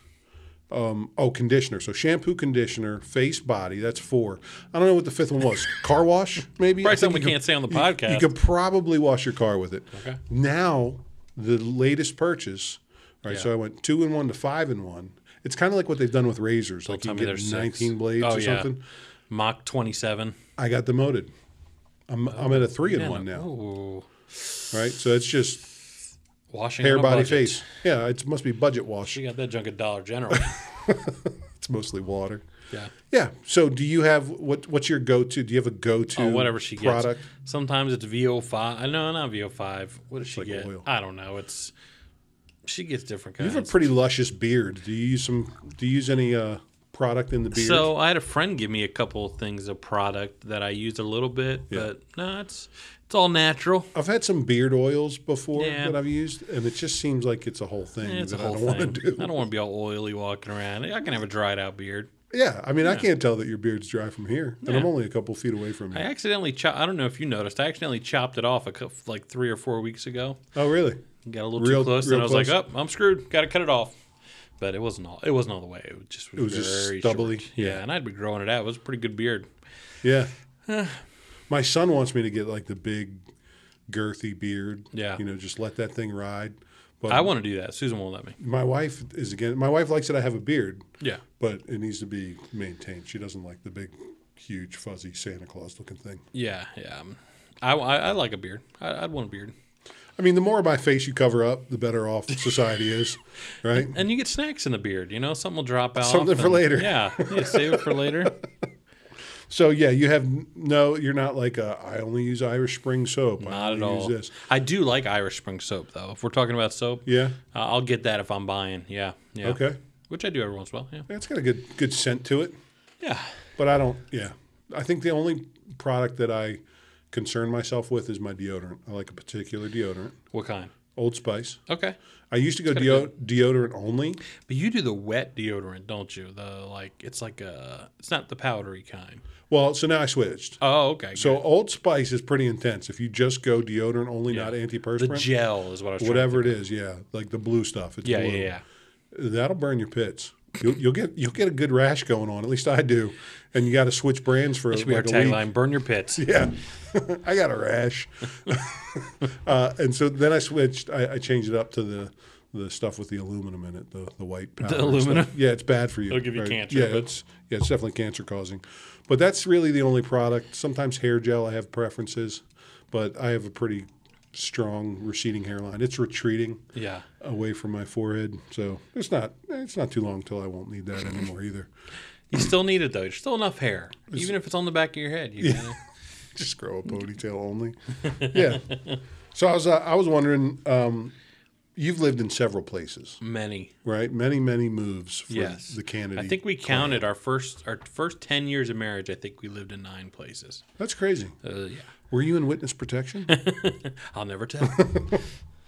Speaker 9: Oh, conditioner. So shampoo, conditioner, face, body. That's four. I don't know what the fifth one was. Car wash, maybe.
Speaker 8: Probably
Speaker 9: I think
Speaker 8: something
Speaker 9: you
Speaker 8: we can't say on the
Speaker 9: you-
Speaker 8: podcast.
Speaker 9: You could probably wash your car with it.
Speaker 8: Okay.
Speaker 9: Now, the latest purchase. Right. So I went two in one to five in one. It's kind of like what they've done with razors. Like
Speaker 8: tell
Speaker 9: you
Speaker 8: me
Speaker 9: get
Speaker 8: there's six.
Speaker 9: 19 blades
Speaker 8: Oh,
Speaker 9: or
Speaker 8: yeah.
Speaker 9: something.
Speaker 8: Mach 27.
Speaker 9: I got demoted.
Speaker 8: Oh,
Speaker 9: I'm, I'm at a three in one now.
Speaker 8: Ooh.
Speaker 9: Right. So it's just
Speaker 8: Washing
Speaker 9: hair,
Speaker 8: on a
Speaker 9: body,
Speaker 8: budget.
Speaker 9: face. Yeah. It must be budget wash.
Speaker 8: You got that junk at Dollar General.
Speaker 9: It's mostly water.
Speaker 8: yeah.
Speaker 9: Yeah. So do you have what? What's your go to? Do you have a go to?
Speaker 8: Oh, whatever she gets.
Speaker 9: product?
Speaker 8: Sometimes it's VO5. I know, Uh, not VO5. What does she
Speaker 9: like
Speaker 8: get?
Speaker 9: oil.
Speaker 8: I don't know. It's she gets different
Speaker 9: You
Speaker 8: kinds.
Speaker 9: have a pretty luscious beard. Do you use some? Do you use any uh, product in the beard?
Speaker 8: So I had a friend give me a couple of things of product that I used a little bit, but no, it's it's all natural.
Speaker 9: I've had some beard oils before
Speaker 8: Yeah.
Speaker 9: that I've used, and it just seems like it's a whole thing
Speaker 8: Eh, It's
Speaker 9: that
Speaker 8: a whole
Speaker 9: I don't want to
Speaker 8: thing.
Speaker 9: do.
Speaker 8: I don't want to be all oily walking around. I can have a dried out beard.
Speaker 9: yeah, I mean, I can't tell that your beard's dry from here, and I'm only a couple feet away from you.
Speaker 8: I accidentally chopped. I don't know if you noticed. I accidentally chopped it off a cou- like three or four weeks ago.
Speaker 9: oh, really?
Speaker 8: Got a little
Speaker 9: Real-
Speaker 8: too close,
Speaker 9: real
Speaker 8: and I was
Speaker 9: close.
Speaker 8: like, "Oh, I'm screwed. Got to cut it off." But it wasn't all. It wasn't all the way. It was just was,
Speaker 9: was just
Speaker 8: very
Speaker 9: stubbly.
Speaker 8: short. Yeah, and I'd be growing it out. It was a pretty good beard.
Speaker 9: Yeah. My son wants me to get like the big, girthy beard.
Speaker 8: Yeah.
Speaker 9: you know, just let that thing ride. But
Speaker 8: I want to do that. Susan won't let me.
Speaker 9: my wife is again. My wife likes that I have a beard.
Speaker 8: Yeah.
Speaker 9: but it needs to be maintained. She doesn't like the big, huge, fuzzy Santa Claus looking thing.
Speaker 8: Yeah, yeah. um, I, I, I like a beard. I, I'd want a beard.
Speaker 9: I mean, the more of my face you cover up, the better off society is, right?
Speaker 8: And you get snacks in the beard. You know, something will drop out.
Speaker 9: Something for later.
Speaker 8: Yeah, yeah. Save it for later.
Speaker 9: So yeah, you have no. You're not like a, I only use Irish Spring soap. I
Speaker 8: Not at
Speaker 9: only
Speaker 8: all.
Speaker 9: Use this.
Speaker 8: I do like Irish Spring soap though. If we're talking about soap,
Speaker 9: Yeah.
Speaker 8: uh, I'll get that if I'm buying. Yeah, yeah.
Speaker 9: Okay.
Speaker 8: Which I do every once in a while. Yeah.
Speaker 9: Yeah, It's got a good good scent to it,
Speaker 8: Yeah.
Speaker 9: but I don't. Yeah, I think the only product that I concern myself with is my deodorant. I like a particular deodorant,
Speaker 8: What kind?
Speaker 9: Old Spice.
Speaker 8: Okay.
Speaker 9: I used to go deo- deodorant only.
Speaker 8: But you do the wet deodorant, don't you? The like, it's like a, it's not the powdery kind.
Speaker 9: Well, so now I switched.
Speaker 8: Oh, okay.
Speaker 9: So Old Spice is pretty intense. If you just go deodorant only, not
Speaker 8: good. the
Speaker 9: antiperspirant,
Speaker 8: gel is what I was.
Speaker 9: whatever it is, yeah, like the blue stuff. It's
Speaker 8: Trying
Speaker 9: blue.
Speaker 8: to, yeah, yeah, yeah.
Speaker 9: That'll burn your pits. You'll, you'll get you'll get a good rash going on. At least I do. And you got to switch brands for
Speaker 8: Should be
Speaker 9: like
Speaker 8: our
Speaker 9: a week.
Speaker 8: tagline: "Burn your pits."
Speaker 9: Yeah, I got a rash. uh, and so then I switched. I, I changed it up to the the stuff with the aluminum in it, the the white powder. and
Speaker 8: aluminum?
Speaker 9: stuff. Yeah, it's bad for you.
Speaker 8: It'll give you cancer,
Speaker 9: Yeah,
Speaker 8: but-
Speaker 9: it's yeah, it's definitely cancer causing. But that's really the only product. Sometimes hair gel. I have preferences, but I have a pretty strong receding hairline. It's retreating
Speaker 8: Yeah.
Speaker 9: away from my forehead, so it's not it's not too long till I won't need that anymore either.
Speaker 8: You still need it though. There's still enough hair, even if it's on the back of your head. You yeah.
Speaker 9: just grow a ponytail only. Yeah. So I was uh, I was wondering, um, you've lived in several places,
Speaker 8: Many.
Speaker 9: right? Many many moves for
Speaker 8: Yes.
Speaker 9: the candidate.
Speaker 8: I think we counted our first our first ten years of marriage. I think we lived in nine places.
Speaker 9: That's crazy.
Speaker 8: Uh, yeah.
Speaker 9: Were you in witness protection?
Speaker 8: I'll never tell.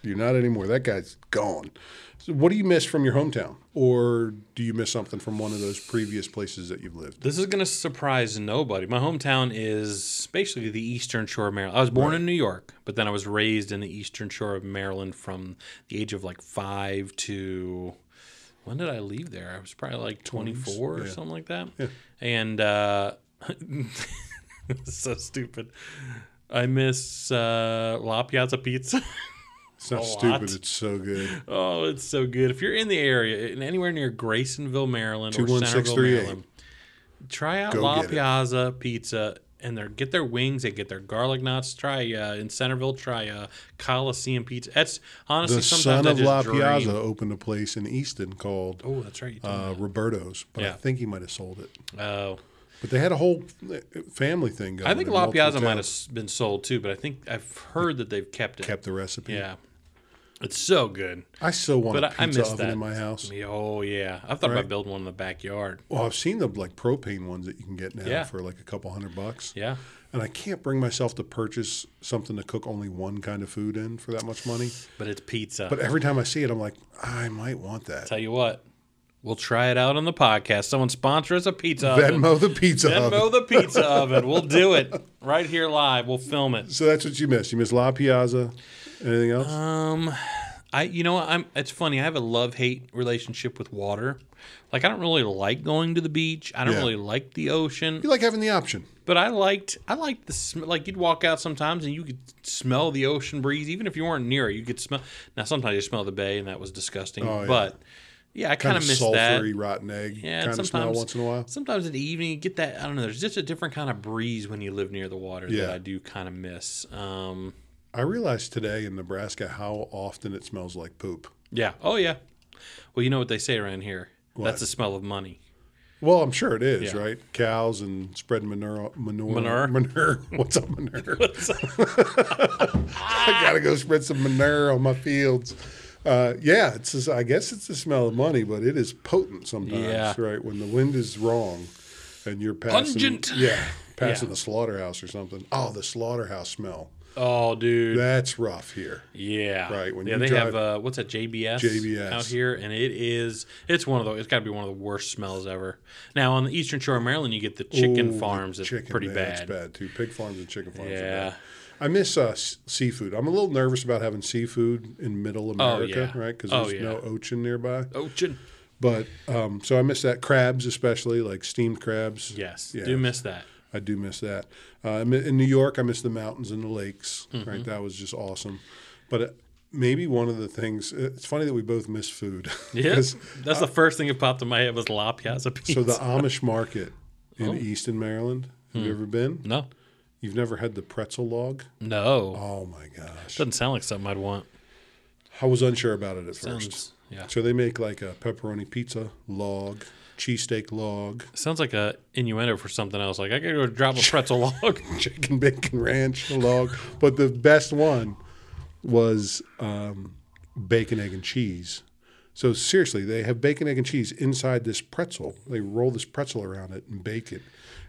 Speaker 9: You're not anymore. That guy's gone. So what do you miss from your hometown, or do you miss something from one of those previous places that you've lived?
Speaker 8: This is going to surprise nobody. My hometown is basically the Eastern Shore of Maryland. I was born in New York, but then I was raised in the Eastern Shore of Maryland from the age of like five to when did I leave there? I was probably like 24 or something like that. And uh, so stupid. I miss uh, La Piazza Pizza.
Speaker 9: It's not
Speaker 8: a
Speaker 9: stupid.
Speaker 8: lot.
Speaker 9: It's so good.
Speaker 8: Oh, it's so good. If you're in the area, in anywhere near Graysonville, Maryland, or Centerville,
Speaker 9: 21638.
Speaker 8: Maryland, try out
Speaker 9: Go
Speaker 8: La
Speaker 9: get it.
Speaker 8: Piazza Pizza and their get their wings and get their garlic knots. Try uh, in Centerville, try uh, Coliseum Pizza. That's honestly
Speaker 9: The
Speaker 8: sometimes
Speaker 9: son
Speaker 8: I
Speaker 9: of
Speaker 8: just
Speaker 9: La
Speaker 8: dream.
Speaker 9: Piazza opened a place in Easton called
Speaker 8: Oh, that's right. you told
Speaker 9: uh, Roberto's, but I
Speaker 8: Yeah.
Speaker 9: think he might have sold it.
Speaker 8: me. Oh,
Speaker 9: But they had a whole family thing going.
Speaker 8: I think
Speaker 9: in
Speaker 8: La
Speaker 9: multiple
Speaker 8: Piazza might have
Speaker 9: towns.
Speaker 8: s- been sold too, but I think I've heard that they've kept it.
Speaker 9: kept the recipe.
Speaker 8: yeah, it's so good.
Speaker 9: I still want
Speaker 8: But
Speaker 9: a
Speaker 8: I, I
Speaker 9: pizza
Speaker 8: miss
Speaker 9: oven
Speaker 8: that
Speaker 9: in my house.
Speaker 8: Oh yeah, I've thought
Speaker 9: Right.
Speaker 8: about building one in the backyard.
Speaker 9: Well, I've seen the like propane ones that you can get now
Speaker 8: Yeah.
Speaker 9: for like a couple hundred bucks.
Speaker 8: Yeah.
Speaker 9: And I can't bring myself to purchase something to cook only one kind of food in for that much money.
Speaker 8: But it's pizza.
Speaker 9: But every time I see it, I'm like, I might want that.
Speaker 8: Tell you what, we'll try it out on the podcast. Someone sponsor us a pizza oven.
Speaker 9: Venmo the pizza
Speaker 8: Venmo
Speaker 9: oven.
Speaker 8: the pizza oven. We'll do it right here live. We'll film it.
Speaker 9: So that's what you miss. You miss La Piazza. Anything else?
Speaker 8: Uh, I, you know, what, I'm. It's funny. I have a love hate relationship with water. Like I don't really like going to the beach. I don't
Speaker 9: Yeah.
Speaker 8: really like the ocean.
Speaker 9: you like having the option.
Speaker 8: But I liked. I liked the sm- like. You'd walk out sometimes and you could smell the ocean breeze, even if you weren't near it. You could smell. Now sometimes you smell the bay, and that was disgusting.
Speaker 9: Oh, yeah.
Speaker 8: But yeah, I kind of miss that.
Speaker 9: sulfury, rotten egg
Speaker 8: Yeah, and
Speaker 9: kind of smell
Speaker 8: sometimes
Speaker 9: once in a while.
Speaker 8: Sometimes in the evening, you get that. I don't know. There's just a different kind of breeze when you live near the water
Speaker 9: Yeah.
Speaker 8: that I do kind of miss. Um,
Speaker 9: I realized today in Nebraska how often it smells like poop.
Speaker 8: yeah. Oh yeah. Well, you know what they say around here. That's the smell of money.
Speaker 9: Well, I'm sure it is,
Speaker 8: Yeah.
Speaker 9: right? Cows and spreading manure, manure,
Speaker 8: Manure?
Speaker 9: manure. What's up, manure? I gotta go spread some manure on my fields. Uh, yeah, it's. Just, I guess it's the smell of money, but it is potent sometimes,
Speaker 8: Yeah.
Speaker 9: right? When the wind is wrong, and you're passing,
Speaker 8: Pungent.
Speaker 9: yeah, passing
Speaker 8: Yeah.
Speaker 9: the slaughterhouse or something. Oh, the slaughterhouse smell.
Speaker 8: Oh, dude.
Speaker 9: That's rough here.
Speaker 8: yeah.
Speaker 9: Right, when
Speaker 8: yeah,
Speaker 9: you
Speaker 8: they
Speaker 9: drive-
Speaker 8: have uh, what's that? JBS.
Speaker 9: JBS.
Speaker 8: out here, and it is. It's one of the. It's got to be one of the worst smells ever. Now on the eastern shore of Maryland, you get the
Speaker 9: Ooh,
Speaker 8: chicken
Speaker 9: the
Speaker 8: farms. That's
Speaker 9: chicken,
Speaker 8: pretty
Speaker 9: man,
Speaker 8: bad.
Speaker 9: It's bad too. Pig farms and chicken farms. Are
Speaker 8: Yeah.
Speaker 9: bad. I miss uh, s- seafood. I'm a little nervous about having seafood in Middle America,
Speaker 8: Oh, yeah.
Speaker 9: right? Because
Speaker 8: Oh,
Speaker 9: there's
Speaker 8: yeah.
Speaker 9: no ocean nearby.
Speaker 8: Ocean.
Speaker 9: But um, so I miss that crabs, especially like steamed crabs.
Speaker 8: Yes.
Speaker 9: Yeah.
Speaker 8: Do miss that.
Speaker 9: I do miss that. Uh, I mi- in New York, I miss the mountains and the lakes.
Speaker 8: Mm-hmm.
Speaker 9: Right, that was just awesome. But uh, maybe one of the things. uh, It's funny that we both miss food.
Speaker 8: Yeah.
Speaker 9: 'Cause-
Speaker 8: That's the first thing that popped in my head was La Piazza Pizza.
Speaker 9: so the Amish market
Speaker 8: Oh.
Speaker 9: in Easton, Maryland. Have
Speaker 8: Hmm.
Speaker 9: you ever been?
Speaker 8: No.
Speaker 9: You've never had the pretzel log?
Speaker 8: No.
Speaker 9: Oh my gosh.
Speaker 8: Doesn't sound like something I'd want.
Speaker 9: I was unsure about it at
Speaker 8: Sounds
Speaker 9: first.
Speaker 8: yeah.
Speaker 9: So they make like a pepperoni pizza log, cheesesteak log,
Speaker 8: Sounds like a innuendo for something else. Like I could go drop a pretzel log.
Speaker 9: chicken bacon ranch log. But the best one was um, bacon, egg, and cheese. So seriously, they have bacon, egg, and cheese inside this pretzel. They roll this pretzel around it and bake it.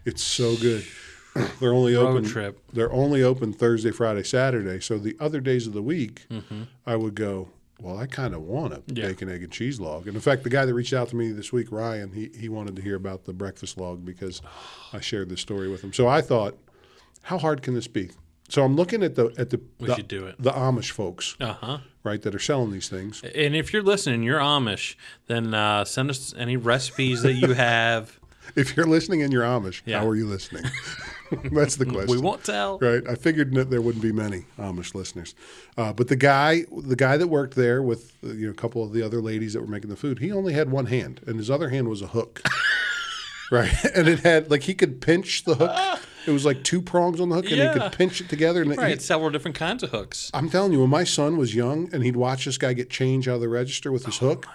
Speaker 9: It's so good. They're only
Speaker 8: Road
Speaker 9: open.
Speaker 8: trip.
Speaker 9: They're only open Thursday, Friday, Saturday. So the other days of the week, I would go. Well, I kind of want a
Speaker 8: Mm-hmm. Yeah.
Speaker 9: bacon, egg, and cheese log. And in fact, the guy that reached out to me this week, Ryan, he he wanted to hear about the breakfast log because I shared this story with him. So I thought, how hard can this be? So I'm looking at the at the we the,
Speaker 8: should do it.
Speaker 9: the Amish folks,
Speaker 8: Uh huh.
Speaker 9: right, that are selling these things.
Speaker 8: And if you're listening, you're Amish, then uh, send us any recipes that you have.
Speaker 9: If you're listening and you're Amish,
Speaker 8: Yeah.
Speaker 9: how are you listening? That's the question.
Speaker 8: We won't tell.
Speaker 9: Right. I figured that there wouldn't be many Amish listeners, uh, but the guy, the guy that worked there with uh, you know a couple of the other ladies that were making the food, he only had one hand, and his other hand was a hook. right, and it had like he could pinch the hook. It was like two prongs on the hook, and he
Speaker 8: Yeah.
Speaker 9: could pinch it together. And it-
Speaker 8: Right. Several different kinds of hooks.
Speaker 9: I'm telling you, when my son was young and he'd watch this guy get change out of the register with his hook,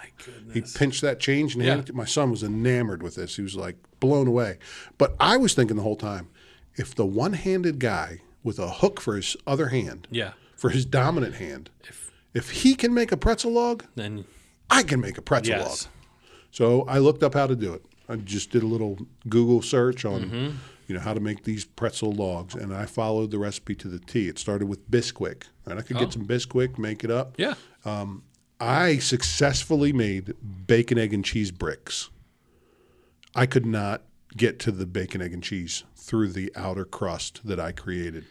Speaker 9: he'd pinch that change and hand
Speaker 8: Oh, Yeah.
Speaker 9: it to my son was enamored with this. He was like blown away. But I was thinking the whole time, if the one handed guy with a hook for his other hand
Speaker 8: Yeah.
Speaker 9: for his dominant hand. If, he can make a pretzel log,
Speaker 8: Then
Speaker 9: I can make a pretzel
Speaker 8: yes,
Speaker 9: log. So I looked up how to do it. I just did a little Google search on,
Speaker 8: Mm-hmm.
Speaker 9: you know, how to make these pretzel logs, and I followed the recipe to the T. It started with Bisquick, and I could get some Bisquick, make it up.
Speaker 8: Oh. yeah,
Speaker 9: I successfully made bacon, egg, and cheese bricks. I could not get to the bacon, egg, and cheese through the outer crust that I created.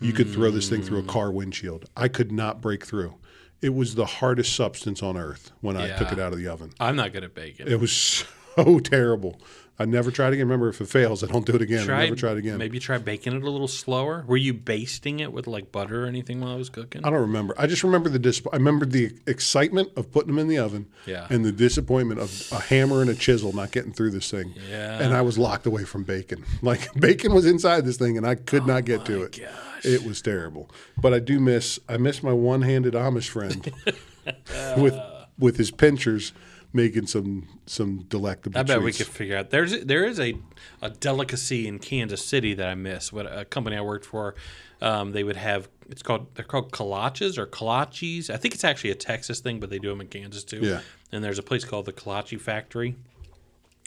Speaker 9: You could throw this thing through a car
Speaker 8: Mm.
Speaker 9: windshield. I could not break through. It was the hardest substance on earth when I took
Speaker 8: Yeah.
Speaker 9: it out of the oven.
Speaker 8: I'm not good at bacon.
Speaker 9: It was so terrible. I never tried again. Remember, if it fails, I don't do it again. I never tried again.
Speaker 8: Maybe try baking it a little slower. Were you basting it with like butter or anything while I was cooking?
Speaker 9: I don't remember. I just remember the dis- I remember the excitement of putting them in the oven,
Speaker 8: Yeah.
Speaker 9: and the disappointment of a hammer and a chisel not getting through this thing.
Speaker 8: Yeah.
Speaker 9: and I was locked away from bacon. Like bacon was inside this thing, and I could
Speaker 8: Oh
Speaker 9: not get to it. It was terrible. But I do miss. I miss my one-handed Amish friend with with his pinchers making some some delectable.
Speaker 8: I bet we
Speaker 9: treats.
Speaker 8: could figure out. There's there is a, a delicacy in Kansas City that I miss. What a company I worked for, um, they would have. It's called they're called kolaches or kolaches. I think it's actually a Texas thing, but they do them in Kansas too.
Speaker 9: Yeah.
Speaker 8: And there's a place called the Kolache Factory,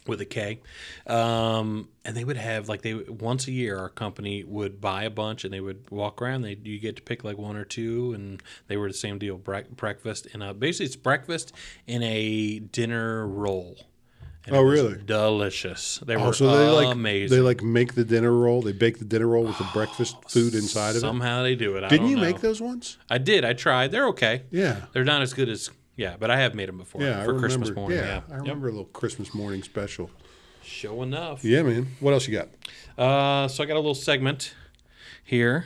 Speaker 8: with a K, um, and they would have like they once a year our company would buy a bunch and they would walk around. They you get to pick like one or two, and they were the same deal. Brec- breakfast and uh, basically it's breakfast in a dinner roll. And
Speaker 9: Oh,
Speaker 8: it was
Speaker 9: really?
Speaker 8: Delicious. They
Speaker 9: Oh,
Speaker 8: were
Speaker 9: so they like
Speaker 8: amazing.
Speaker 9: they like make the dinner roll. They bake the dinner roll with the breakfast food inside of it.
Speaker 8: Somehow they do it. I
Speaker 9: Didn't
Speaker 8: don't
Speaker 9: you
Speaker 8: know.
Speaker 9: make those ones?
Speaker 8: I did. I tried. They're okay.
Speaker 9: Yeah.
Speaker 8: They're not as good as yeah, but I have made them before
Speaker 9: Yeah, I
Speaker 8: for
Speaker 9: remember.
Speaker 8: Christmas morning. Yeah,
Speaker 9: Yeah, I remember a little Christmas morning special.
Speaker 8: Show enough.
Speaker 9: Yeah, man. What else you got?
Speaker 8: Uh, so I got a little segment here.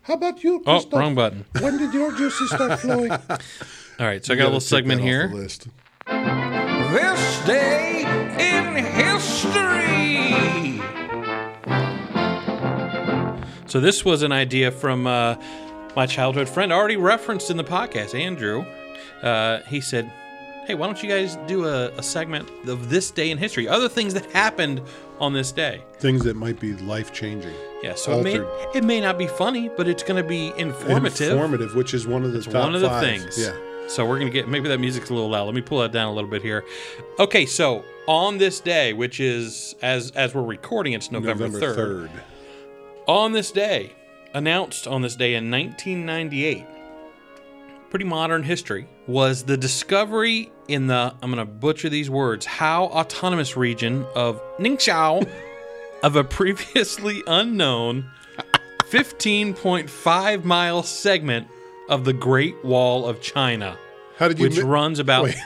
Speaker 7: How about you,
Speaker 8: Oh,
Speaker 7: Christoph?
Speaker 8: wrong button.
Speaker 7: When did your juices start flowing?
Speaker 8: All right, so I got a little segment here.
Speaker 9: list.
Speaker 10: This day in history.
Speaker 8: So this was an idea from uh, my childhood friend, already referenced in the podcast, Andrew. Uh, he said, "Hey, why don't you guys do a, a segment of this day in history? Other things that happened on this day."
Speaker 9: Things that might be life changing.
Speaker 8: Yeah, so it may,
Speaker 9: Altered.
Speaker 8: it may not be funny, but it's going to be informative.
Speaker 9: Informative, which is one of the top
Speaker 8: one of the
Speaker 9: five.
Speaker 8: things.
Speaker 9: Yeah.
Speaker 8: So we're gonna get maybe that music's a little loud. Let me pull that down a little bit here. Okay, so on this day, which is as as we're recording, it's November
Speaker 9: November
Speaker 8: third.
Speaker 9: third.
Speaker 8: On this day, announced on this day in 1998, pretty modern history was the discovery in the I'm gonna butcher these words Hao autonomous region of Ningxiao of a previously unknown 15.5 mile segment of the Great Wall of China,
Speaker 9: How did you?
Speaker 8: which
Speaker 9: Mi-
Speaker 8: runs about
Speaker 9: wait.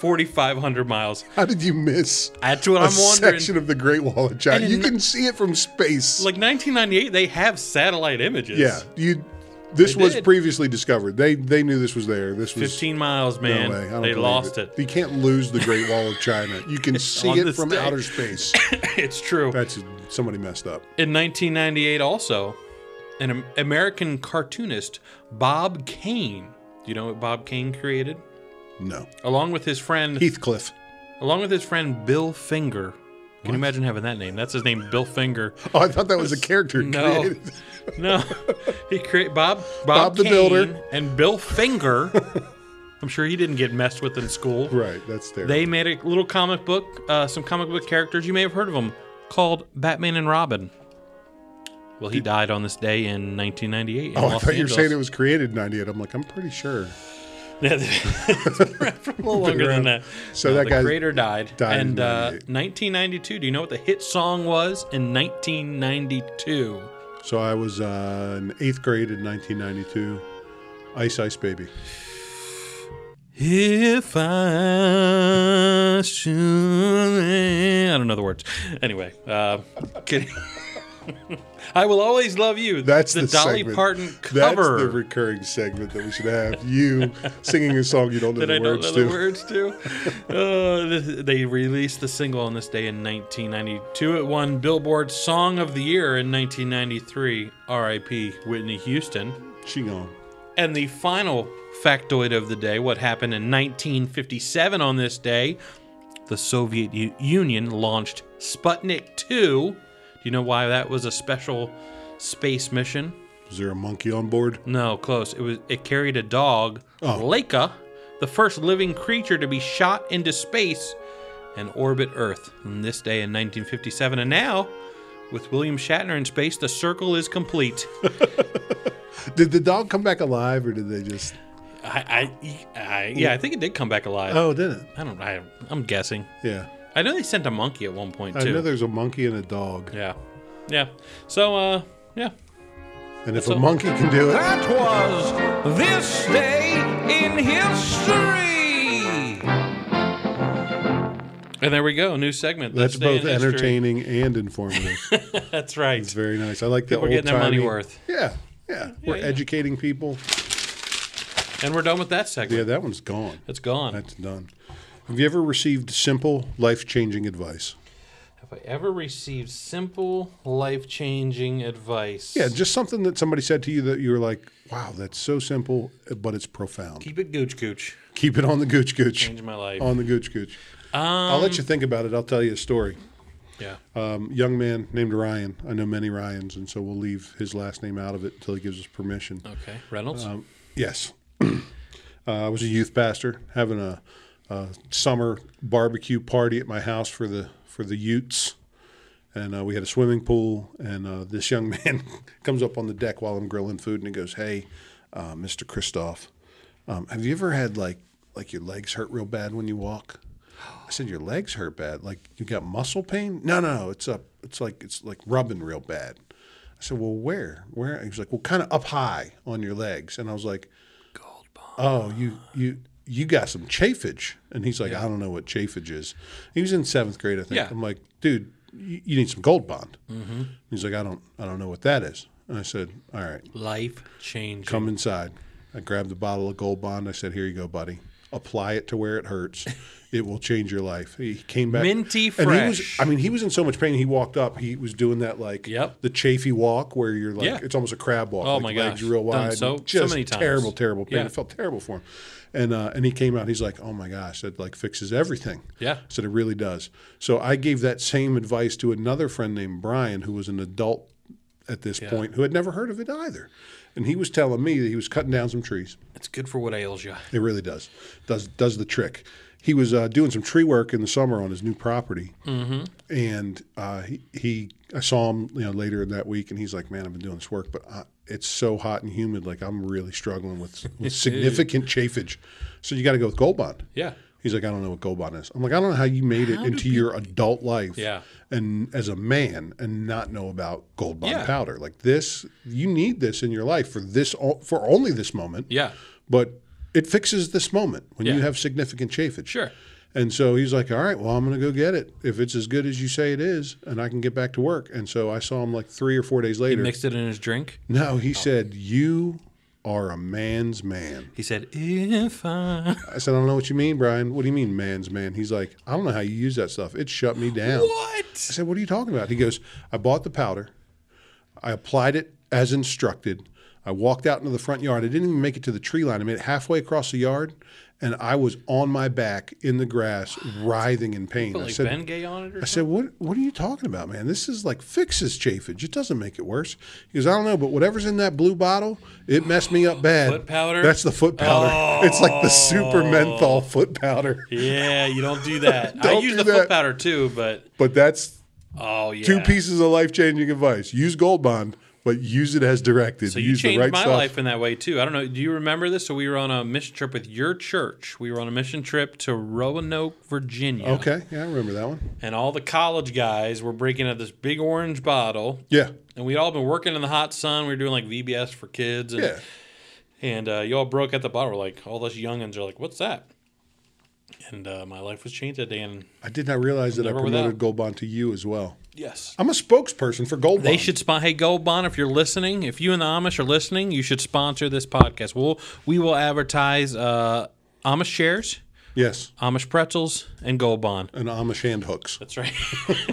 Speaker 8: 4,500 miles.
Speaker 9: how did you miss?
Speaker 8: That's what
Speaker 9: a
Speaker 8: I'm wondering.
Speaker 9: section of the Great Wall of China.
Speaker 8: And
Speaker 9: You
Speaker 8: in-
Speaker 9: can see it from space.
Speaker 8: Like 1998, they have satellite images.
Speaker 9: yeah, you. This
Speaker 8: They
Speaker 9: was
Speaker 8: did.
Speaker 9: previously discovered. They they knew this was there. This was
Speaker 8: 15 miles,
Speaker 9: no
Speaker 8: man.
Speaker 9: way. I don't
Speaker 8: they
Speaker 9: believe
Speaker 8: lost it.
Speaker 9: You can't lose the Great Wall of China. You can see
Speaker 8: On
Speaker 9: it
Speaker 8: this
Speaker 9: from
Speaker 8: day.
Speaker 9: outer space.
Speaker 8: it's true.
Speaker 9: That's somebody messed up.
Speaker 8: In 1998, also, an Am- American cartoonist, Bob Kane, do you know what Bob Kane created?
Speaker 9: No,
Speaker 8: Along with his friend,
Speaker 9: Heathcliff.
Speaker 8: along with his friend Bill Finger. Can you imagine having that name? That's his name, Bill Finger.
Speaker 9: Oh, I thought that was a character.
Speaker 8: No.
Speaker 9: created.
Speaker 8: No, he created Bob, Bob,
Speaker 9: Bob the
Speaker 8: Kane
Speaker 9: Builder.
Speaker 8: and Bill Finger. I'm sure he didn't get messed with in school.
Speaker 9: Right, that's there.
Speaker 8: They made a little comic book, uh, some comic book characters you may have heard of them, called Batman and Robin. Well, he died on this day in 1998. in
Speaker 9: oh, I
Speaker 8: Los
Speaker 9: thought you were saying it
Speaker 8: Angeles.
Speaker 9: was created in 98. I'm like, I'm pretty sure.
Speaker 8: Yeah, it's been a little longer than that.
Speaker 9: So that
Speaker 8: the
Speaker 9: guy
Speaker 8: creator died.
Speaker 9: died in
Speaker 8: and uh,
Speaker 9: 98.
Speaker 8: 1992. Do you know what the hit song was in 1992?
Speaker 9: So I was uh, in eighth grade in 1992. Ice Ice Baby.
Speaker 8: If I should, I don't know the words. Anyway, uh, kidding. I will always love you.
Speaker 9: That's the,
Speaker 8: Dolly
Speaker 9: segment.
Speaker 8: Parton cover
Speaker 9: That's the recurring segment that we should have. You singing a song you don't know
Speaker 8: that
Speaker 9: the
Speaker 8: I don't
Speaker 9: words
Speaker 8: know
Speaker 9: to.
Speaker 8: the words to. Uh, th- they released the single on this day in 1992. It won Billboard Song of the Year in 1993. R.I.P. Whitney Houston.
Speaker 9: She gone.
Speaker 8: And the final factoid of the day what happened in 1957 on this day? The Soviet U- Union launched Sputnik 2. Do you know why that was a special space mission?
Speaker 9: Was there a monkey on board?
Speaker 8: No, close. It was. It carried a dog, Leica, the first living creature to be shot into space and orbit Earth on this day in 1957. And now, with William Shatner in space, the circle is complete.
Speaker 9: Did the dog come back alive, or did they just?
Speaker 8: I, I, I yeah, I think it did come back alive.
Speaker 9: Oh, it didn't.
Speaker 8: I don't. I, I'm guessing.
Speaker 9: Yeah,
Speaker 8: I know they sent a monkey at one point
Speaker 9: I
Speaker 8: too.
Speaker 9: know there's a monkey and a dog,
Speaker 8: yeah, yeah. So, uh, yeah.
Speaker 9: and if
Speaker 8: So-
Speaker 9: a monkey can do it,
Speaker 10: That was This Day in History.
Speaker 8: And there we go. New segment.
Speaker 9: that's
Speaker 8: This day
Speaker 9: both
Speaker 8: in history.
Speaker 9: entertaining and informative.
Speaker 8: That's right.
Speaker 9: It's very nice. I like the
Speaker 8: People are getting their money
Speaker 9: old-timey-
Speaker 8: worth.
Speaker 9: Yeah, yeah. We're
Speaker 8: yeah.
Speaker 9: educating people.
Speaker 8: And we're done with that segment.
Speaker 9: Yeah, that one's gone.
Speaker 8: It's gone.
Speaker 9: That's done. Have you ever received simple, life changing advice?
Speaker 8: Have I ever received simple, life changing advice?
Speaker 9: Yeah, just something that somebody said to you that you were like, wow, that's so simple, but it's profound. Keep,
Speaker 8: Keep it gooch gooch.
Speaker 9: it on the gooch gooch.
Speaker 8: Change my life. Um,
Speaker 9: On the gooch gooch. I'll let you think about it. I'll tell you a story.
Speaker 8: Yeah.
Speaker 9: Um, young man named Ryan. I know many Ryans, and so we'll leave his last name out of it until he gives us permission.
Speaker 8: okay. Reynolds?
Speaker 9: um, Yes. uh, I was a youth pastor having a, a summer barbecue party at my house for the for the Utes, and uh, we had a swimming pool. And uh, this young man comes up on the deck while I'm grilling food, and he goes, "Hey, uh, Mr. Kristoff, um, have you ever had like like your legs hurt real bad when you walk?" I said, "Your legs hurt bad. Like you got muscle pain?" No, no, no. It's up. It's like it's like rubbing real bad. I said, "Well, where? Where?" He was like, "Well, kind of up high on your legs." And I was like, "Oh, you you you got some chafage." And he's like, "I don't know what chafage is." He was in seventh grade, I think.
Speaker 8: Yeah.
Speaker 9: I'm like, "Dude, you, you need some Gold Bond." He's like, "I don't I don't know what that is." And I said, "All right,
Speaker 8: life changing.
Speaker 9: Come inside. I grabbed the bottle of Gold Bond. I said, "Here you go, buddy. Apply it to where it hurts. It will change your life." He came back
Speaker 8: Minty
Speaker 9: And he was,
Speaker 8: fresh.
Speaker 9: I mean, he was in so much pain. He walked up. He was doing that like
Speaker 8: Yep.
Speaker 9: the chafy walk, where you're like
Speaker 8: Yeah.
Speaker 9: it's almost a crab walk.
Speaker 8: Oh
Speaker 9: like
Speaker 8: my
Speaker 9: legs
Speaker 8: gosh.
Speaker 9: real
Speaker 8: Done
Speaker 9: wide.
Speaker 8: so- so
Speaker 9: just
Speaker 8: many times.
Speaker 9: terrible, terrible pain.
Speaker 8: Yeah.
Speaker 9: It felt terrible for him. And uh, and he came out. He's like, "Oh my gosh, that like fixes everything."
Speaker 8: Yeah.
Speaker 9: I said it really does. So I gave that same advice to another friend named Brian, who was an adult at this point, who had never heard of it either. And he was telling me that he was cutting down some trees.
Speaker 8: It's good for what ails you.
Speaker 9: It really does. Does does the trick. He was uh, doing some tree work in the summer on his new property, mm-hmm. and uh, he, he I saw him you know later in that week, and he's like, "Man, I've been doing this work, but I, it's so hot and humid. Like I'm really struggling with, with significant chafage. So you got to go with Gold Bond."
Speaker 8: Yeah.
Speaker 9: He's like, "I don't know what Gold Bond is." I'm like, "I don't know how you made it into your adult life,
Speaker 8: Yeah.
Speaker 9: and as a man, and not know about Gold Bond
Speaker 8: Yeah.
Speaker 9: powder. Like this, you need this in your life for this o- for only this moment.
Speaker 8: Yeah.
Speaker 9: But it fixes this moment when you
Speaker 8: Yeah.
Speaker 9: have significant chafage.
Speaker 8: Sure.
Speaker 9: And so he's like, all right, well, I'm going to go get it. If it's as good as you say it is, and I can get back to work. And so I saw him like three or four days later.
Speaker 8: Mixed Oh. it in his drink.
Speaker 9: no, he said, you are a man's man.
Speaker 8: He said, if I.
Speaker 9: I said, I don't know what you mean, Brian. What do you mean, man's man? He's like, I don't know how you use that stuff. It shut me down. I
Speaker 8: What?
Speaker 9: said, What are you talking about? He goes, I bought the powder. I applied it as instructed. I walked out into the front yard. I didn't even make it to the tree line. I made it halfway across the yard, and I was on my back in the grass, writhing in pain.
Speaker 8: Put
Speaker 9: I
Speaker 8: like
Speaker 9: said,
Speaker 8: Ben Gay on it or
Speaker 9: I said, "What? What are you talking about, man? This is like fixes chafage. It doesn't make it worse." He goes, "I don't know, but whatever's in that blue bottle, it messed me up bad.
Speaker 8: Foot powder? Oh.
Speaker 9: That's the foot powder. It's like the super menthol foot powder.
Speaker 8: something? Yeah, you don't do that. I
Speaker 9: Don't
Speaker 8: use
Speaker 9: do
Speaker 8: the
Speaker 9: that.
Speaker 8: foot powder too, but
Speaker 9: But that's
Speaker 8: oh yeah.
Speaker 9: two pieces of life changing advice: use Gold Bond, but use it as directed.
Speaker 8: So you
Speaker 9: use
Speaker 8: changed
Speaker 9: the right
Speaker 8: my
Speaker 9: stuff.
Speaker 8: life in that way too. I don't know. Do you remember this? So we were on a mission trip with your church. We were on a mission trip to Roanoke, Virginia.
Speaker 9: Okay, yeah, I remember that one.
Speaker 8: And all the college guys were breaking out this big orange bottle.
Speaker 9: Yeah,
Speaker 8: And we'd all been working in the hot sun. We were doing like VBS for kids. And,
Speaker 9: yeah.
Speaker 8: And uh, you all broke at the bottle. We're like, all those youngins are like, what's that? And uh, my life was changed that day. And
Speaker 9: I did not realize that I
Speaker 8: Never
Speaker 9: promoted
Speaker 8: without.
Speaker 9: Gold Bond to you as well.
Speaker 8: yes.
Speaker 9: I'm a spokesperson for Gold Bond.
Speaker 8: They should sponsor. Hey, Gold Bond, if you're listening, if you and the Amish are listening, you should sponsor this podcast. We'll we will advertise uh, Amish shares.
Speaker 9: yes,
Speaker 8: Amish pretzels and gold bond.
Speaker 9: an Amish hand hooks
Speaker 8: That's right.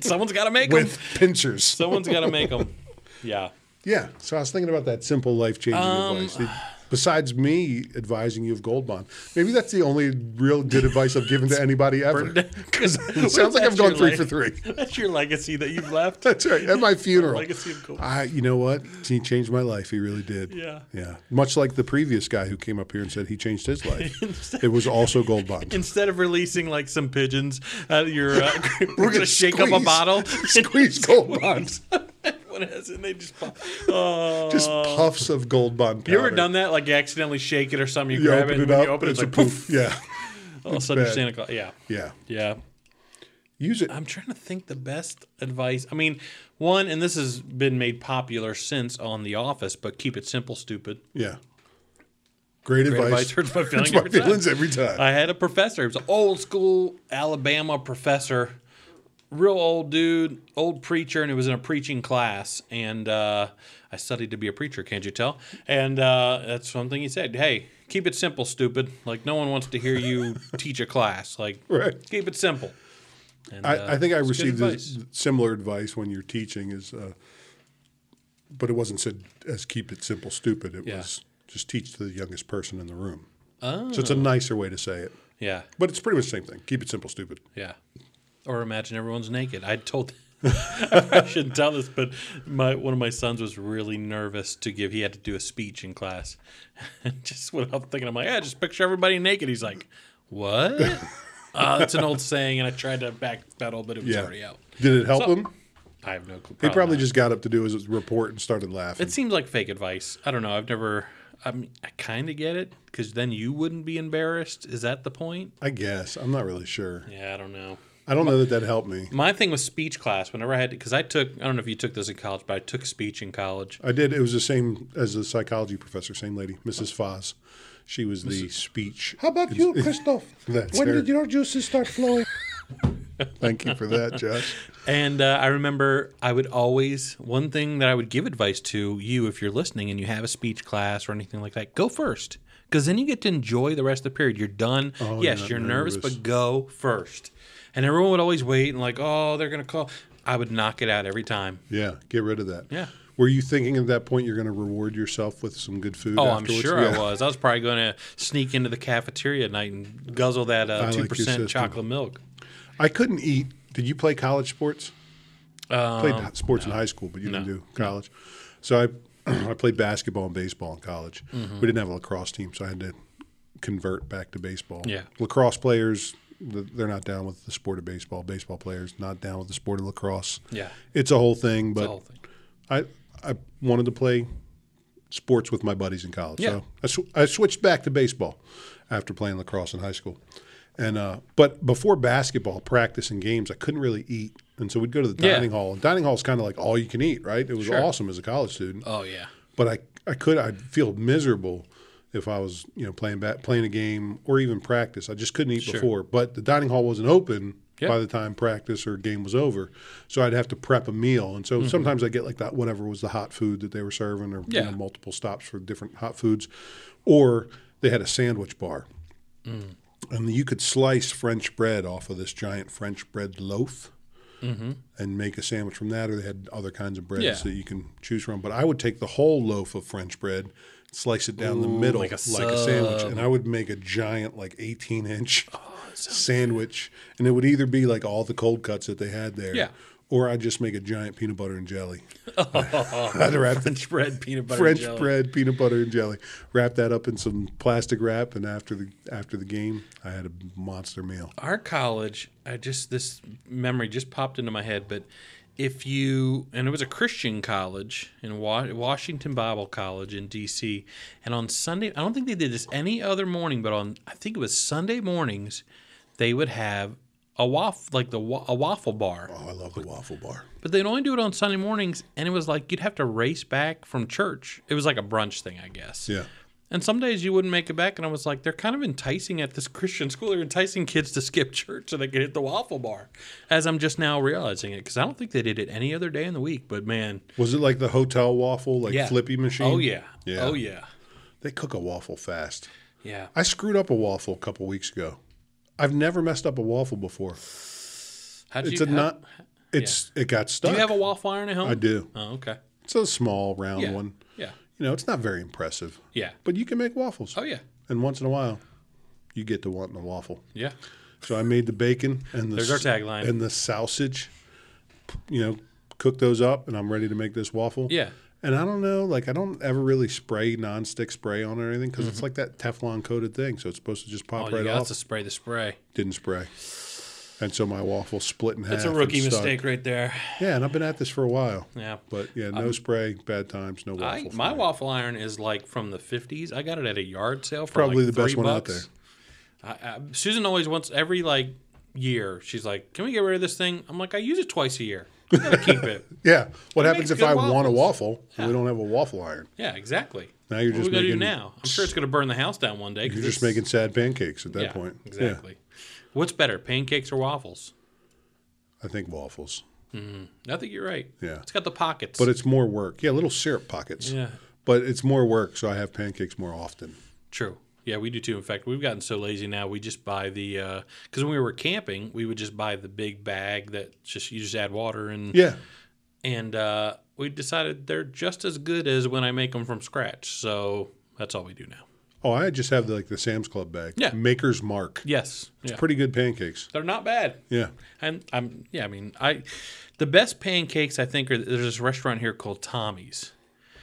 Speaker 8: Someone's got to make them.
Speaker 9: with pincers.
Speaker 8: Someone's got to make them. Yeah. Um,
Speaker 9: Yeah. So I was thinking about that simple life changing advice. Did, Besides me advising you of Gold Bond, maybe that's the only real good advice I've given to anybody ever.
Speaker 8: Because
Speaker 9: It sounds like I've gone three for three.
Speaker 8: That's your legacy that you've left.
Speaker 9: That's right. At my funeral.
Speaker 8: Legacy of Gold.
Speaker 9: I, you know what? He changed my life. He really did.
Speaker 8: Yeah.
Speaker 9: Yeah. Much like the previous guy who came up here and said he changed his life. it was also Gold Bond.
Speaker 8: Instead of releasing like some pigeons out of your, uh, we're,
Speaker 9: gonna
Speaker 8: gonna shake up a
Speaker 9: squeeze-
Speaker 8: bottle,
Speaker 9: squeeze Gold Bond.
Speaker 8: Everyone has it. And they just pop. Oh.
Speaker 9: Just puffs of Gold Bond powder.
Speaker 8: you ever done that? Like you accidentally shake it or something. You,
Speaker 9: You
Speaker 8: grab
Speaker 9: open
Speaker 8: it,
Speaker 9: it
Speaker 8: and
Speaker 9: up.
Speaker 8: you open it,
Speaker 9: it's
Speaker 8: it's
Speaker 9: a
Speaker 8: like poof.
Speaker 9: poof. Yeah.
Speaker 8: All of a sudden,
Speaker 9: bad.
Speaker 8: you're Santa Claus. Yeah,
Speaker 9: Yeah.
Speaker 8: yeah.
Speaker 9: Use it.
Speaker 8: I'm trying to think the best advice. I mean, one, and this has been made popular since on The Office, but keep it simple, stupid.
Speaker 9: Yeah. Great,
Speaker 8: Great
Speaker 9: advice.
Speaker 8: advice hurts my feelings
Speaker 9: Hurts my
Speaker 8: every time.
Speaker 9: feelings every time.
Speaker 8: I had a professor. He was an old school Alabama professor, real old dude, old preacher, and it was in a preaching class. And uh, I studied to be a preacher. Can't you tell? And uh, that's something he said. Hey, keep it simple, stupid. Like no one wants to hear you teach a class. Like
Speaker 9: Right.
Speaker 8: keep it simple. And, uh,
Speaker 9: I, I think I
Speaker 8: it's good
Speaker 9: received
Speaker 8: advice.
Speaker 9: this similar advice when you're teaching is, uh, but it wasn't said as keep it simple, stupid. It
Speaker 8: Yeah.
Speaker 9: was just teach to the youngest person in the room. So
Speaker 8: Oh.
Speaker 9: it's a nicer way to say it,
Speaker 8: Yeah,
Speaker 9: but it's pretty much the same thing. Keep it simple, stupid.
Speaker 8: yeah. Or imagine everyone's naked. I told. I shouldn't tell this, but my one of my sons was really nervous to give. He had to do a speech in class, and just went up thinking, "I'm like, yeah, just picture everybody naked." He's like, "What?" uh, it's an old saying, and I tried to backpedal, but it was
Speaker 9: Yeah.
Speaker 8: already out.
Speaker 9: Did it help
Speaker 8: So-
Speaker 9: him?
Speaker 8: I have no clue.
Speaker 9: He probably
Speaker 8: not.
Speaker 9: just got up to do his report and started laughing.
Speaker 8: It seems like fake advice. I don't know. I've never. I mean, I kind of get it because then you wouldn't be embarrassed. Is that the point?
Speaker 9: I guess I'm not really sure.
Speaker 8: Yeah, I don't know.
Speaker 9: I don't know that that helped me.
Speaker 8: My thing was speech class. Whenever I had, because I took, I don't know if you took this in college, but I took speech in college.
Speaker 9: I did. It was the same as the psychology professor, same lady, Mrs. Foz. She was the speech.
Speaker 7: How about you, Christoph?
Speaker 9: That's
Speaker 7: when
Speaker 9: her.
Speaker 7: did your juices start flowing?
Speaker 9: Thank you for that, Josh.
Speaker 8: And uh, I remember I would always, one thing that I would give advice to you if you're listening and you have a speech class or anything like that, go first. Because then you get to enjoy the rest of the period. You're done. yes,
Speaker 9: Oh, not
Speaker 8: you're nervous,
Speaker 9: nervous.
Speaker 8: but go first. And everyone would always wait and, like, oh, they're going to call. I would knock it out every time.
Speaker 9: Yeah, get rid of that.
Speaker 8: Yeah.
Speaker 9: Were you thinking at that point you're going to reward yourself with some good food?
Speaker 8: Oh,
Speaker 9: afterwards?
Speaker 8: I'm sure
Speaker 9: Yeah.
Speaker 8: I was. I was probably going to sneak into the cafeteria at night and guzzle that
Speaker 9: I
Speaker 8: uh,
Speaker 9: like your
Speaker 8: 2%
Speaker 9: system.
Speaker 8: chocolate milk.
Speaker 9: I couldn't eat. Did you play college sports? Played
Speaker 8: Um,
Speaker 9: h- sports in high school, but you didn't do college. So I, I played basketball and baseball in college.
Speaker 8: Mm-hmm.
Speaker 9: We didn't have a lacrosse team, so I had to convert back to baseball.
Speaker 8: Yeah.
Speaker 9: lacrosse players, th- they're not down with the sport of baseball. Baseball players not down with the sport of lacrosse.
Speaker 8: Yeah.
Speaker 9: it's a whole thing. But
Speaker 8: The whole thing.
Speaker 9: I I wanted to play sports with my buddies in college.
Speaker 8: Yeah.
Speaker 9: So I, sw- I switched back to baseball after playing lacrosse in high school. And uh, but before basketball practice and games, I couldn't really eat, and so we'd go to the
Speaker 8: Yeah.
Speaker 9: dining hall. And dining hall is kind of like all you can eat, right? It was awesome as a college student,
Speaker 8: Oh, yeah.
Speaker 9: but I I could I'd feel miserable if I was you know playing bat, playing a game or even practice. I just couldn't eat before. But the dining hall wasn't open
Speaker 8: Yeah.
Speaker 9: by the time practice or game was over, so I'd have to prep a meal. And so
Speaker 8: Mm-hmm.
Speaker 9: sometimes I get like that whatever was the hot food that they were serving, or you know,
Speaker 8: Yeah.
Speaker 9: multiple stops for different hot foods, or they had a sandwich bar.
Speaker 8: Mm.
Speaker 9: And you could slice French bread off of this giant French bread loaf and make a sandwich from that, or they had other kinds of breads
Speaker 8: Yeah.
Speaker 9: that you can choose from. But I would take the whole loaf of French bread, slice it down the middle like
Speaker 8: like a
Speaker 9: a, sandwich, and I would make a giant, like 18 inch
Speaker 8: Oh,
Speaker 9: sandwich. And it would either be like all the cold cuts that they had there,
Speaker 8: Yeah.
Speaker 9: or I'd just make a giant peanut butter and jelly. I'd wrap the
Speaker 8: Oh, French bread, peanut butter, and
Speaker 9: French
Speaker 8: jelly.
Speaker 9: bread, peanut butter, and jelly. Wrap that up in some plastic wrap, and after the after the game, I had a monster meal.
Speaker 8: our college, I just this memory just popped into my head, but if you and it was a Christian college in Wa- Washington Bible College in D.C. and on Sunday, I don't think they did this any other morning, but on I think it was Sunday mornings, they would have a waffle like the wa- a waffle bar,
Speaker 9: Oh, I love the waffle bar.
Speaker 8: but they'd only do it on Sunday mornings, and it was like you'd have to race back from church. It was like a brunch thing, I guess.
Speaker 9: Yeah.
Speaker 8: And some days you wouldn't make it back. And I was like, they're kind of enticing at this Christian school. They're enticing kids to skip church so they can hit the waffle bar, as I'm just now realizing it. Because I don't think they did it any other day in the week. But man,
Speaker 9: Was it like the hotel waffle, like
Speaker 8: yeah.
Speaker 9: flippy machine?
Speaker 8: Oh, yeah.
Speaker 9: Yeah.
Speaker 8: Oh, yeah.
Speaker 9: They cook a waffle fast.
Speaker 8: Yeah.
Speaker 9: I screwed up a waffle a couple weeks ago. I've never messed up a waffle before.
Speaker 8: How'd
Speaker 9: It's
Speaker 8: you,
Speaker 9: a
Speaker 8: how-
Speaker 9: not. It's it got
Speaker 8: Do
Speaker 9: stuck.
Speaker 8: you have a waffle iron at home?
Speaker 9: I do.
Speaker 8: Oh, okay.
Speaker 9: It's a small round
Speaker 8: Yeah.
Speaker 9: one.
Speaker 8: Yeah.
Speaker 9: You know, it's not very impressive.
Speaker 8: Yeah.
Speaker 9: But you can make waffles.
Speaker 8: Oh, yeah.
Speaker 9: And once in a while, you get to wanting a waffle.
Speaker 8: Yeah.
Speaker 9: So I made the bacon and the
Speaker 8: There's our tagline.
Speaker 9: and the sausage. You know, cook those up, and I'm ready to make this waffle.
Speaker 8: Yeah.
Speaker 9: And I don't know, like I don't ever really spray nonstick spray on it or anything because it's like that Teflon coated thing, so it's supposed to just
Speaker 8: All
Speaker 9: pop
Speaker 8: Mm-hmm. Oh, you
Speaker 9: right
Speaker 8: got
Speaker 9: off.
Speaker 8: to spray the spray.
Speaker 9: Didn't spray, and so my waffle split in half.
Speaker 8: That's a
Speaker 9: and
Speaker 8: rookie
Speaker 9: stuck.
Speaker 8: mistake right there.
Speaker 9: Yeah, and I've been at this for a while.
Speaker 8: Yeah.
Speaker 9: But yeah, no spray, bad times, no waffle.
Speaker 8: I,
Speaker 9: for
Speaker 8: my
Speaker 9: me.
Speaker 8: waffle iron is like from the 50s. I got it at a yard sale for
Speaker 9: Probably
Speaker 8: like
Speaker 9: the best
Speaker 8: three
Speaker 9: one out
Speaker 8: bucks. I, I, Susan always wants every like year. She's like, "Can we get rid of this thing?" I'm like, "I use it twice a year. I gotta keep it."
Speaker 9: Yeah. What
Speaker 8: makes
Speaker 9: happens if
Speaker 8: good
Speaker 9: I want a
Speaker 8: waffles?
Speaker 9: waffle and we don't have a waffle iron?
Speaker 8: Yeah, exactly.
Speaker 9: Now you're
Speaker 8: what
Speaker 9: just
Speaker 8: we gonna do
Speaker 9: making-
Speaker 8: now? I'm sure it's gonna burn the house down one day. 'cause
Speaker 9: You're just
Speaker 8: it's-
Speaker 9: making sad pancakes at that
Speaker 8: yeah,
Speaker 9: point. Yeah.
Speaker 8: Exactly. What's better, pancakes or waffles?
Speaker 9: I think waffles.
Speaker 8: I think you're right.
Speaker 9: Yeah.
Speaker 8: It's got the pockets.
Speaker 9: But it's more work. Yeah, little syrup pockets.
Speaker 8: yeah,
Speaker 9: But it's more work, so I have pancakes more often.
Speaker 8: true. Yeah, we do too. In fact, we've gotten so lazy now. We just buy the because when we were camping, we would just buy the big bag that just you just add water and
Speaker 9: Yeah.
Speaker 8: and uh, we decided they're just as good as when I make them from scratch. So that's all we do now.
Speaker 9: Oh, I just have the, like the Sam's Club bag.
Speaker 8: Yeah.
Speaker 9: Maker's Mark.
Speaker 8: Yes, yeah.
Speaker 9: Pretty good pancakes.
Speaker 8: they're not bad.
Speaker 9: Yeah.
Speaker 8: And I'm yeah, I mean I, the best pancakes I think are there's this restaurant here called Tommy's.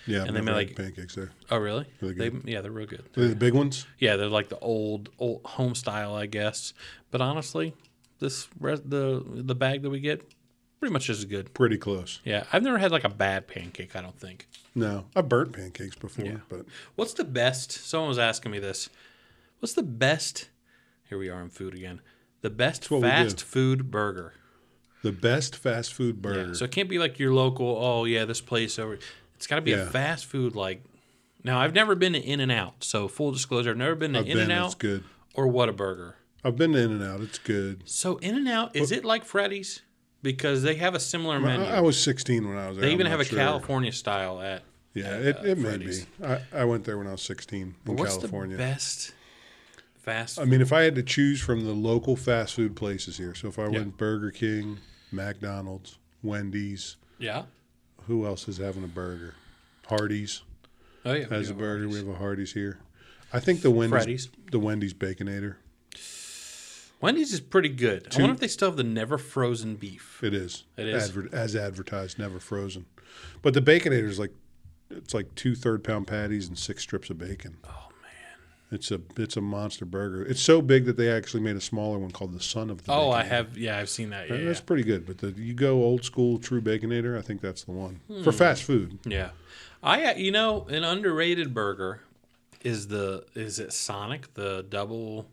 Speaker 9: Yeah.
Speaker 8: And they
Speaker 9: I've
Speaker 8: made,
Speaker 9: never had
Speaker 8: like-
Speaker 9: pancakes there.
Speaker 8: Oh really?
Speaker 9: Really good.
Speaker 8: They, yeah, they're real good.
Speaker 9: Are they the big ones?
Speaker 8: Yeah, they're like the old old home style, I guess. But honestly, this res, the the bag that we get pretty much is good.
Speaker 9: Pretty close.
Speaker 8: Yeah, I've never had like a bad pancake. I don't think.
Speaker 9: No. I've burnt pancakes before, but
Speaker 8: What's the best? Someone was asking me this. What's the best? Here we are in food again. The best
Speaker 9: what we do.
Speaker 8: fast food burger.
Speaker 9: the best fast food burger.
Speaker 8: So it can't be like your local. Oh yeah, this place over. It's got to be a
Speaker 9: Yeah.
Speaker 8: fast food like. Now I've never been to In and Out. So full disclosure, I've never been to
Speaker 9: I've
Speaker 8: In
Speaker 9: been,
Speaker 8: and
Speaker 9: it's
Speaker 8: Out
Speaker 9: good.
Speaker 8: or Whataburger.
Speaker 9: I've been to In and Out. It's good.
Speaker 8: So In and Out is it like Freddy's? Because they have a similar menu.
Speaker 9: I, I was 16 when I was there.
Speaker 8: they even
Speaker 9: I'm
Speaker 8: have
Speaker 9: not
Speaker 8: a
Speaker 9: sure.
Speaker 8: California style at. uh,
Speaker 9: Yeah, it, it may
Speaker 8: Freddy's.
Speaker 9: be. I, I went there when I was 16 in
Speaker 8: What's
Speaker 9: California. Um,
Speaker 8: the best fast?
Speaker 9: I mean, if I had to choose from the local fast food places here, so if I went Burger King, McDonald's, Wendy's,
Speaker 8: yeah.
Speaker 9: who else is having a burger? Hardee's
Speaker 8: Oh yeah. we
Speaker 9: has
Speaker 8: do
Speaker 9: a
Speaker 8: have
Speaker 9: burger. We
Speaker 8: Hardee's.
Speaker 9: have a Hardee's here. I think the Wendy's,
Speaker 8: Freddy's.
Speaker 9: the Wendy's Baconator.
Speaker 8: Wendy's is pretty good. I wonder if they still have the never frozen beef.
Speaker 9: It is.
Speaker 8: It is.
Speaker 9: Adver- as advertised, never frozen. But the Baconator is like it's like two third pound patties and six strips of bacon. Oh man, it's a it's a monster burger. It's so big that they actually made a smaller one called the Son of the.
Speaker 8: Oh, I
Speaker 9: Baconator.
Speaker 8: have. Yeah, I've seen that. Yeah.
Speaker 9: And That's pretty good, but the, you go old school, true baconator. I think that's the one
Speaker 8: Hmm.
Speaker 9: for fast food.
Speaker 8: yeah. I uh, you know an underrated burger is the is it Sonic the double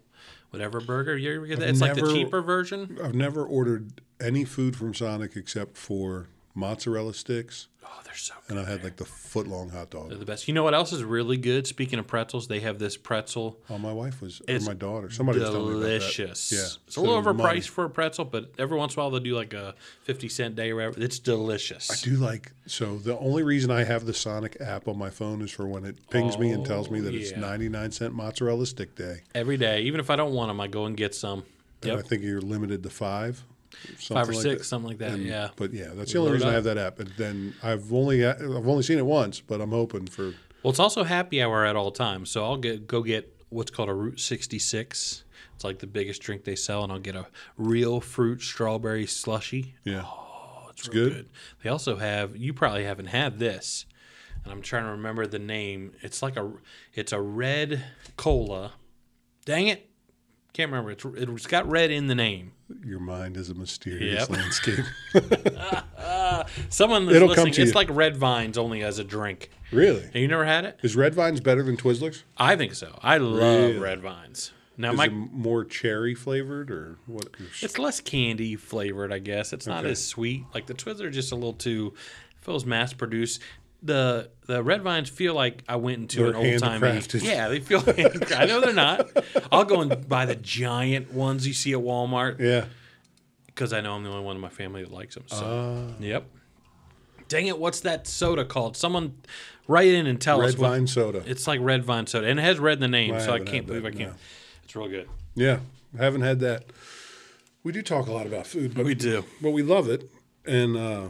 Speaker 8: whatever burger you ever get that? It's like
Speaker 9: never-
Speaker 8: the cheaper version.
Speaker 9: I've never ordered any food from Sonic except for mozzarella sticks,
Speaker 8: Oh, they're so good.
Speaker 9: and I had like the foot long hot dog.
Speaker 8: They're the best. You know what else is really good? Speaking of pretzels, they have this pretzel.
Speaker 9: Oh, my wife was, or
Speaker 8: It's
Speaker 9: my daughter, somebody was telling me about that.
Speaker 8: delicious.
Speaker 9: Yeah,
Speaker 8: it's a little
Speaker 9: So
Speaker 8: overpriced
Speaker 9: money.
Speaker 8: for a pretzel, but every once in a while they'll do like a fifty cent day or whatever. It's delicious.
Speaker 9: I do like so. The only reason I have the Sonic app on my phone is for when it pings me and tells me that it's
Speaker 8: yeah.
Speaker 9: ninety nine cent mozzarella stick day,
Speaker 8: every day, even if I don't want them, I go and get some.
Speaker 9: and I
Speaker 8: Yep,
Speaker 9: think you're limited to five, something
Speaker 8: five or
Speaker 9: like
Speaker 8: six,
Speaker 9: that.
Speaker 8: something like that. yeah,
Speaker 9: But yeah, that's the only
Speaker 8: Load
Speaker 9: reason I
Speaker 8: up.
Speaker 9: have that app. And then I've only I've only seen it once, but I'm hoping for
Speaker 8: well, it's also happy hour at all times, so I'll get go get what's called a Route sixty six. It's like the biggest drink they sell, and I'll get a real fruit strawberry slushy.
Speaker 9: yeah.
Speaker 8: Oh, It's,
Speaker 9: good.
Speaker 8: They also have you probably haven't had this, and I'm trying to remember the name. It's like a it's a red cola. Dang it, can't remember. It's it's got red in the name.
Speaker 9: Your mind is a mysterious
Speaker 8: Yep.
Speaker 9: landscape.
Speaker 8: Someone that's
Speaker 9: It'll come
Speaker 8: listening,
Speaker 9: to
Speaker 8: it's
Speaker 9: you.
Speaker 8: like red vines only as a drink.
Speaker 9: really?
Speaker 8: Have you never had it?
Speaker 9: Is Red Vines better than Twizzlers?
Speaker 8: I think so. I love
Speaker 9: Really?
Speaker 8: red vines. Now
Speaker 9: Is
Speaker 8: my
Speaker 9: it more cherry flavored or what?
Speaker 8: it's less candy flavored, I guess. It's not
Speaker 9: Okay.
Speaker 8: as sweet. Like the Twizzlers are just a little too feels mass produced. The the red vines feel like I went into an
Speaker 9: They're
Speaker 8: old time.
Speaker 9: handcrafted.
Speaker 8: Yeah, they feel. I know they're not. I'll go and buy the giant ones you see at Walmart
Speaker 9: Yeah.
Speaker 8: because I know I'm the only one in my family that likes them. So,
Speaker 9: Ah.
Speaker 8: yep. Dang it! What's that soda called? Someone write in and tell
Speaker 9: Red
Speaker 8: us. what-
Speaker 9: Vine soda.
Speaker 8: It's like red vine soda, and it has red in the name,
Speaker 9: I
Speaker 8: so I
Speaker 9: haven't
Speaker 8: can't
Speaker 9: had
Speaker 8: believe
Speaker 9: that,
Speaker 8: I can't.
Speaker 9: no.
Speaker 8: It's real good.
Speaker 9: Yeah. Haven't had that. We do talk a lot about food, but
Speaker 8: We do.
Speaker 9: But we love it. And uh,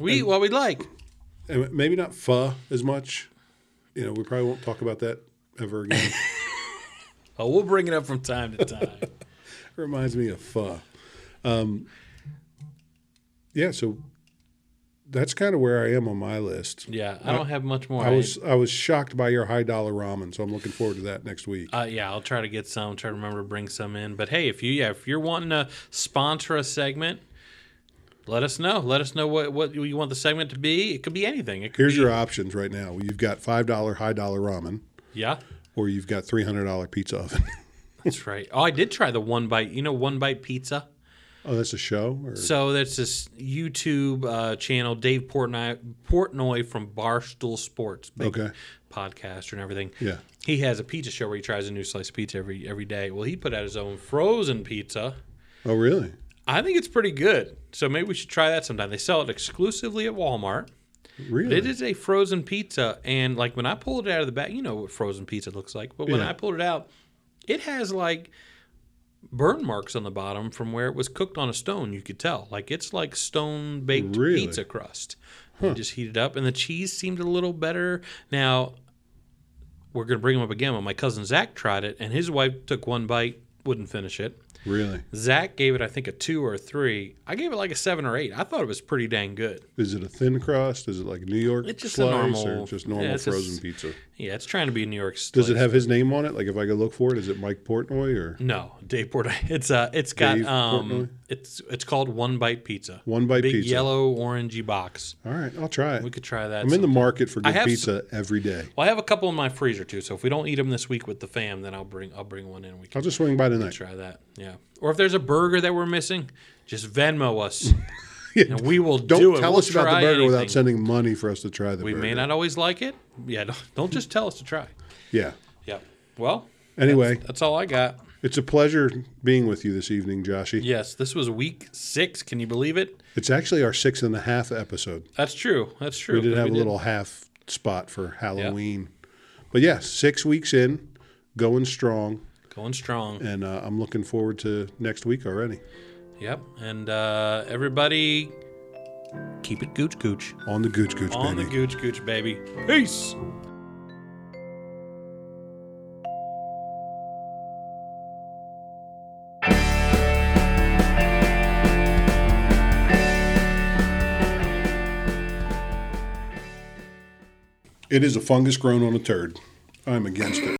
Speaker 8: We eat what we like.
Speaker 9: And maybe not pho as much. You know, we probably won't talk about that ever again.
Speaker 8: Oh, we'll bring it up from time to time.
Speaker 9: reminds me of pho. Um, yeah, so that's kind of where I am on my list.
Speaker 8: yeah, I don't have much more.
Speaker 9: I was I was shocked by your high dollar ramen, so I'm looking forward to that next week.
Speaker 8: Uh, yeah, I'll try to get some. Try to remember to bring some in. But hey, if you yeah, if you're wanting to sponsor a segment, let us know. Let us know what what you want the segment to be. It could be anything. It could
Speaker 9: Here's
Speaker 8: be,
Speaker 9: your options right now. You've got five dollar high dollar ramen,
Speaker 8: yeah.
Speaker 9: or you've got three hundred dollar pizza oven.
Speaker 8: That's right. Oh, I did try the one bite. You know, one bite pizza.
Speaker 9: oh, that's a show. Or,
Speaker 8: So that's this YouTube uh, channel, Dave Portnoy, Portnoy from Barstool Sports, big
Speaker 9: Okay.
Speaker 8: podcaster and everything.
Speaker 9: Yeah.
Speaker 8: he has a pizza show where he tries a new slice of pizza every every day. Well, he put out his own frozen pizza.
Speaker 9: oh, really?
Speaker 8: I think it's pretty good. So maybe we should try that sometime. They sell it exclusively at Walmart.
Speaker 9: Really?
Speaker 8: It is a frozen pizza, and like when I pulled it out of the bag, you know what frozen pizza looks like. But when
Speaker 9: Yeah.
Speaker 8: I pulled it out, it has like burn marks on the bottom from where it was cooked on a stone. You could tell, like it's like stone baked
Speaker 9: Really?
Speaker 8: pizza crust. You just heat it up, and the cheese seemed a little better. Now we're gonna bring them up again. But my cousin Zach tried it, and his wife took one bite, wouldn't finish it.
Speaker 9: Really?
Speaker 8: Zach gave it, I think, a two or a three. I gave it like a seven or eight. I thought it was pretty dang good.
Speaker 9: Is it a thin crust? Is it like New York
Speaker 8: It's just a
Speaker 9: slice
Speaker 8: normal-
Speaker 9: or just normal
Speaker 8: yeah, it's just-
Speaker 9: frozen pizza?
Speaker 8: Yeah, it's trying to be a New York.
Speaker 9: Does it
Speaker 8: slice.
Speaker 9: have his name on it? Like if I go look for it, is it Mike Portnoy or
Speaker 8: No, Dave Portnoy. It's uh, it's got
Speaker 9: Dave Portnoy?
Speaker 8: um, it's it's called One Bite Pizza.
Speaker 9: One Bite
Speaker 8: Big
Speaker 9: Pizza.
Speaker 8: yellow orangey box.
Speaker 9: All right, I'll try it.
Speaker 8: We could try that.
Speaker 9: I'm in the
Speaker 8: sometime.
Speaker 9: market for
Speaker 8: I
Speaker 9: good
Speaker 8: have
Speaker 9: pizza every day.
Speaker 8: Well, I have a couple in my freezer too. So if we don't eat them this week with the fam, then I'll bring I'll bring one in. We
Speaker 9: I'll
Speaker 8: can
Speaker 9: just swing by tonight.
Speaker 8: try that. Yeah. Or if there's a burger that we're missing, just Venmo us, and we will
Speaker 9: Don't
Speaker 8: do it.
Speaker 9: tell
Speaker 8: We'll
Speaker 9: us about the
Speaker 8: try
Speaker 9: burger without
Speaker 8: anything.
Speaker 9: sending money for us to try the
Speaker 8: We
Speaker 9: burger.
Speaker 8: may not always like it. Yeah. Don't, don't just tell us to try.
Speaker 9: Yeah.
Speaker 8: Yeah. Well,
Speaker 9: Anyway,
Speaker 8: that's all I got.
Speaker 9: it's a pleasure being with you this evening, Joshy.
Speaker 8: Yes, this was week six. Can you believe it?
Speaker 9: It's actually our six and a half episode.
Speaker 8: That's true. That's true.
Speaker 9: We did
Speaker 8: 'cause
Speaker 9: have a little half spot for Halloween. But yeah, six weeks in, going strong,
Speaker 8: going strong.
Speaker 9: and uh, I'm looking forward to next week already.
Speaker 8: Yep. And uh, everybody, keep it gooch gooch
Speaker 9: On the Gooch Gooch,
Speaker 8: on
Speaker 9: baby.
Speaker 8: the gooch gooch, baby. Peace.
Speaker 9: It is a fungus grown on a turd. I'm against it.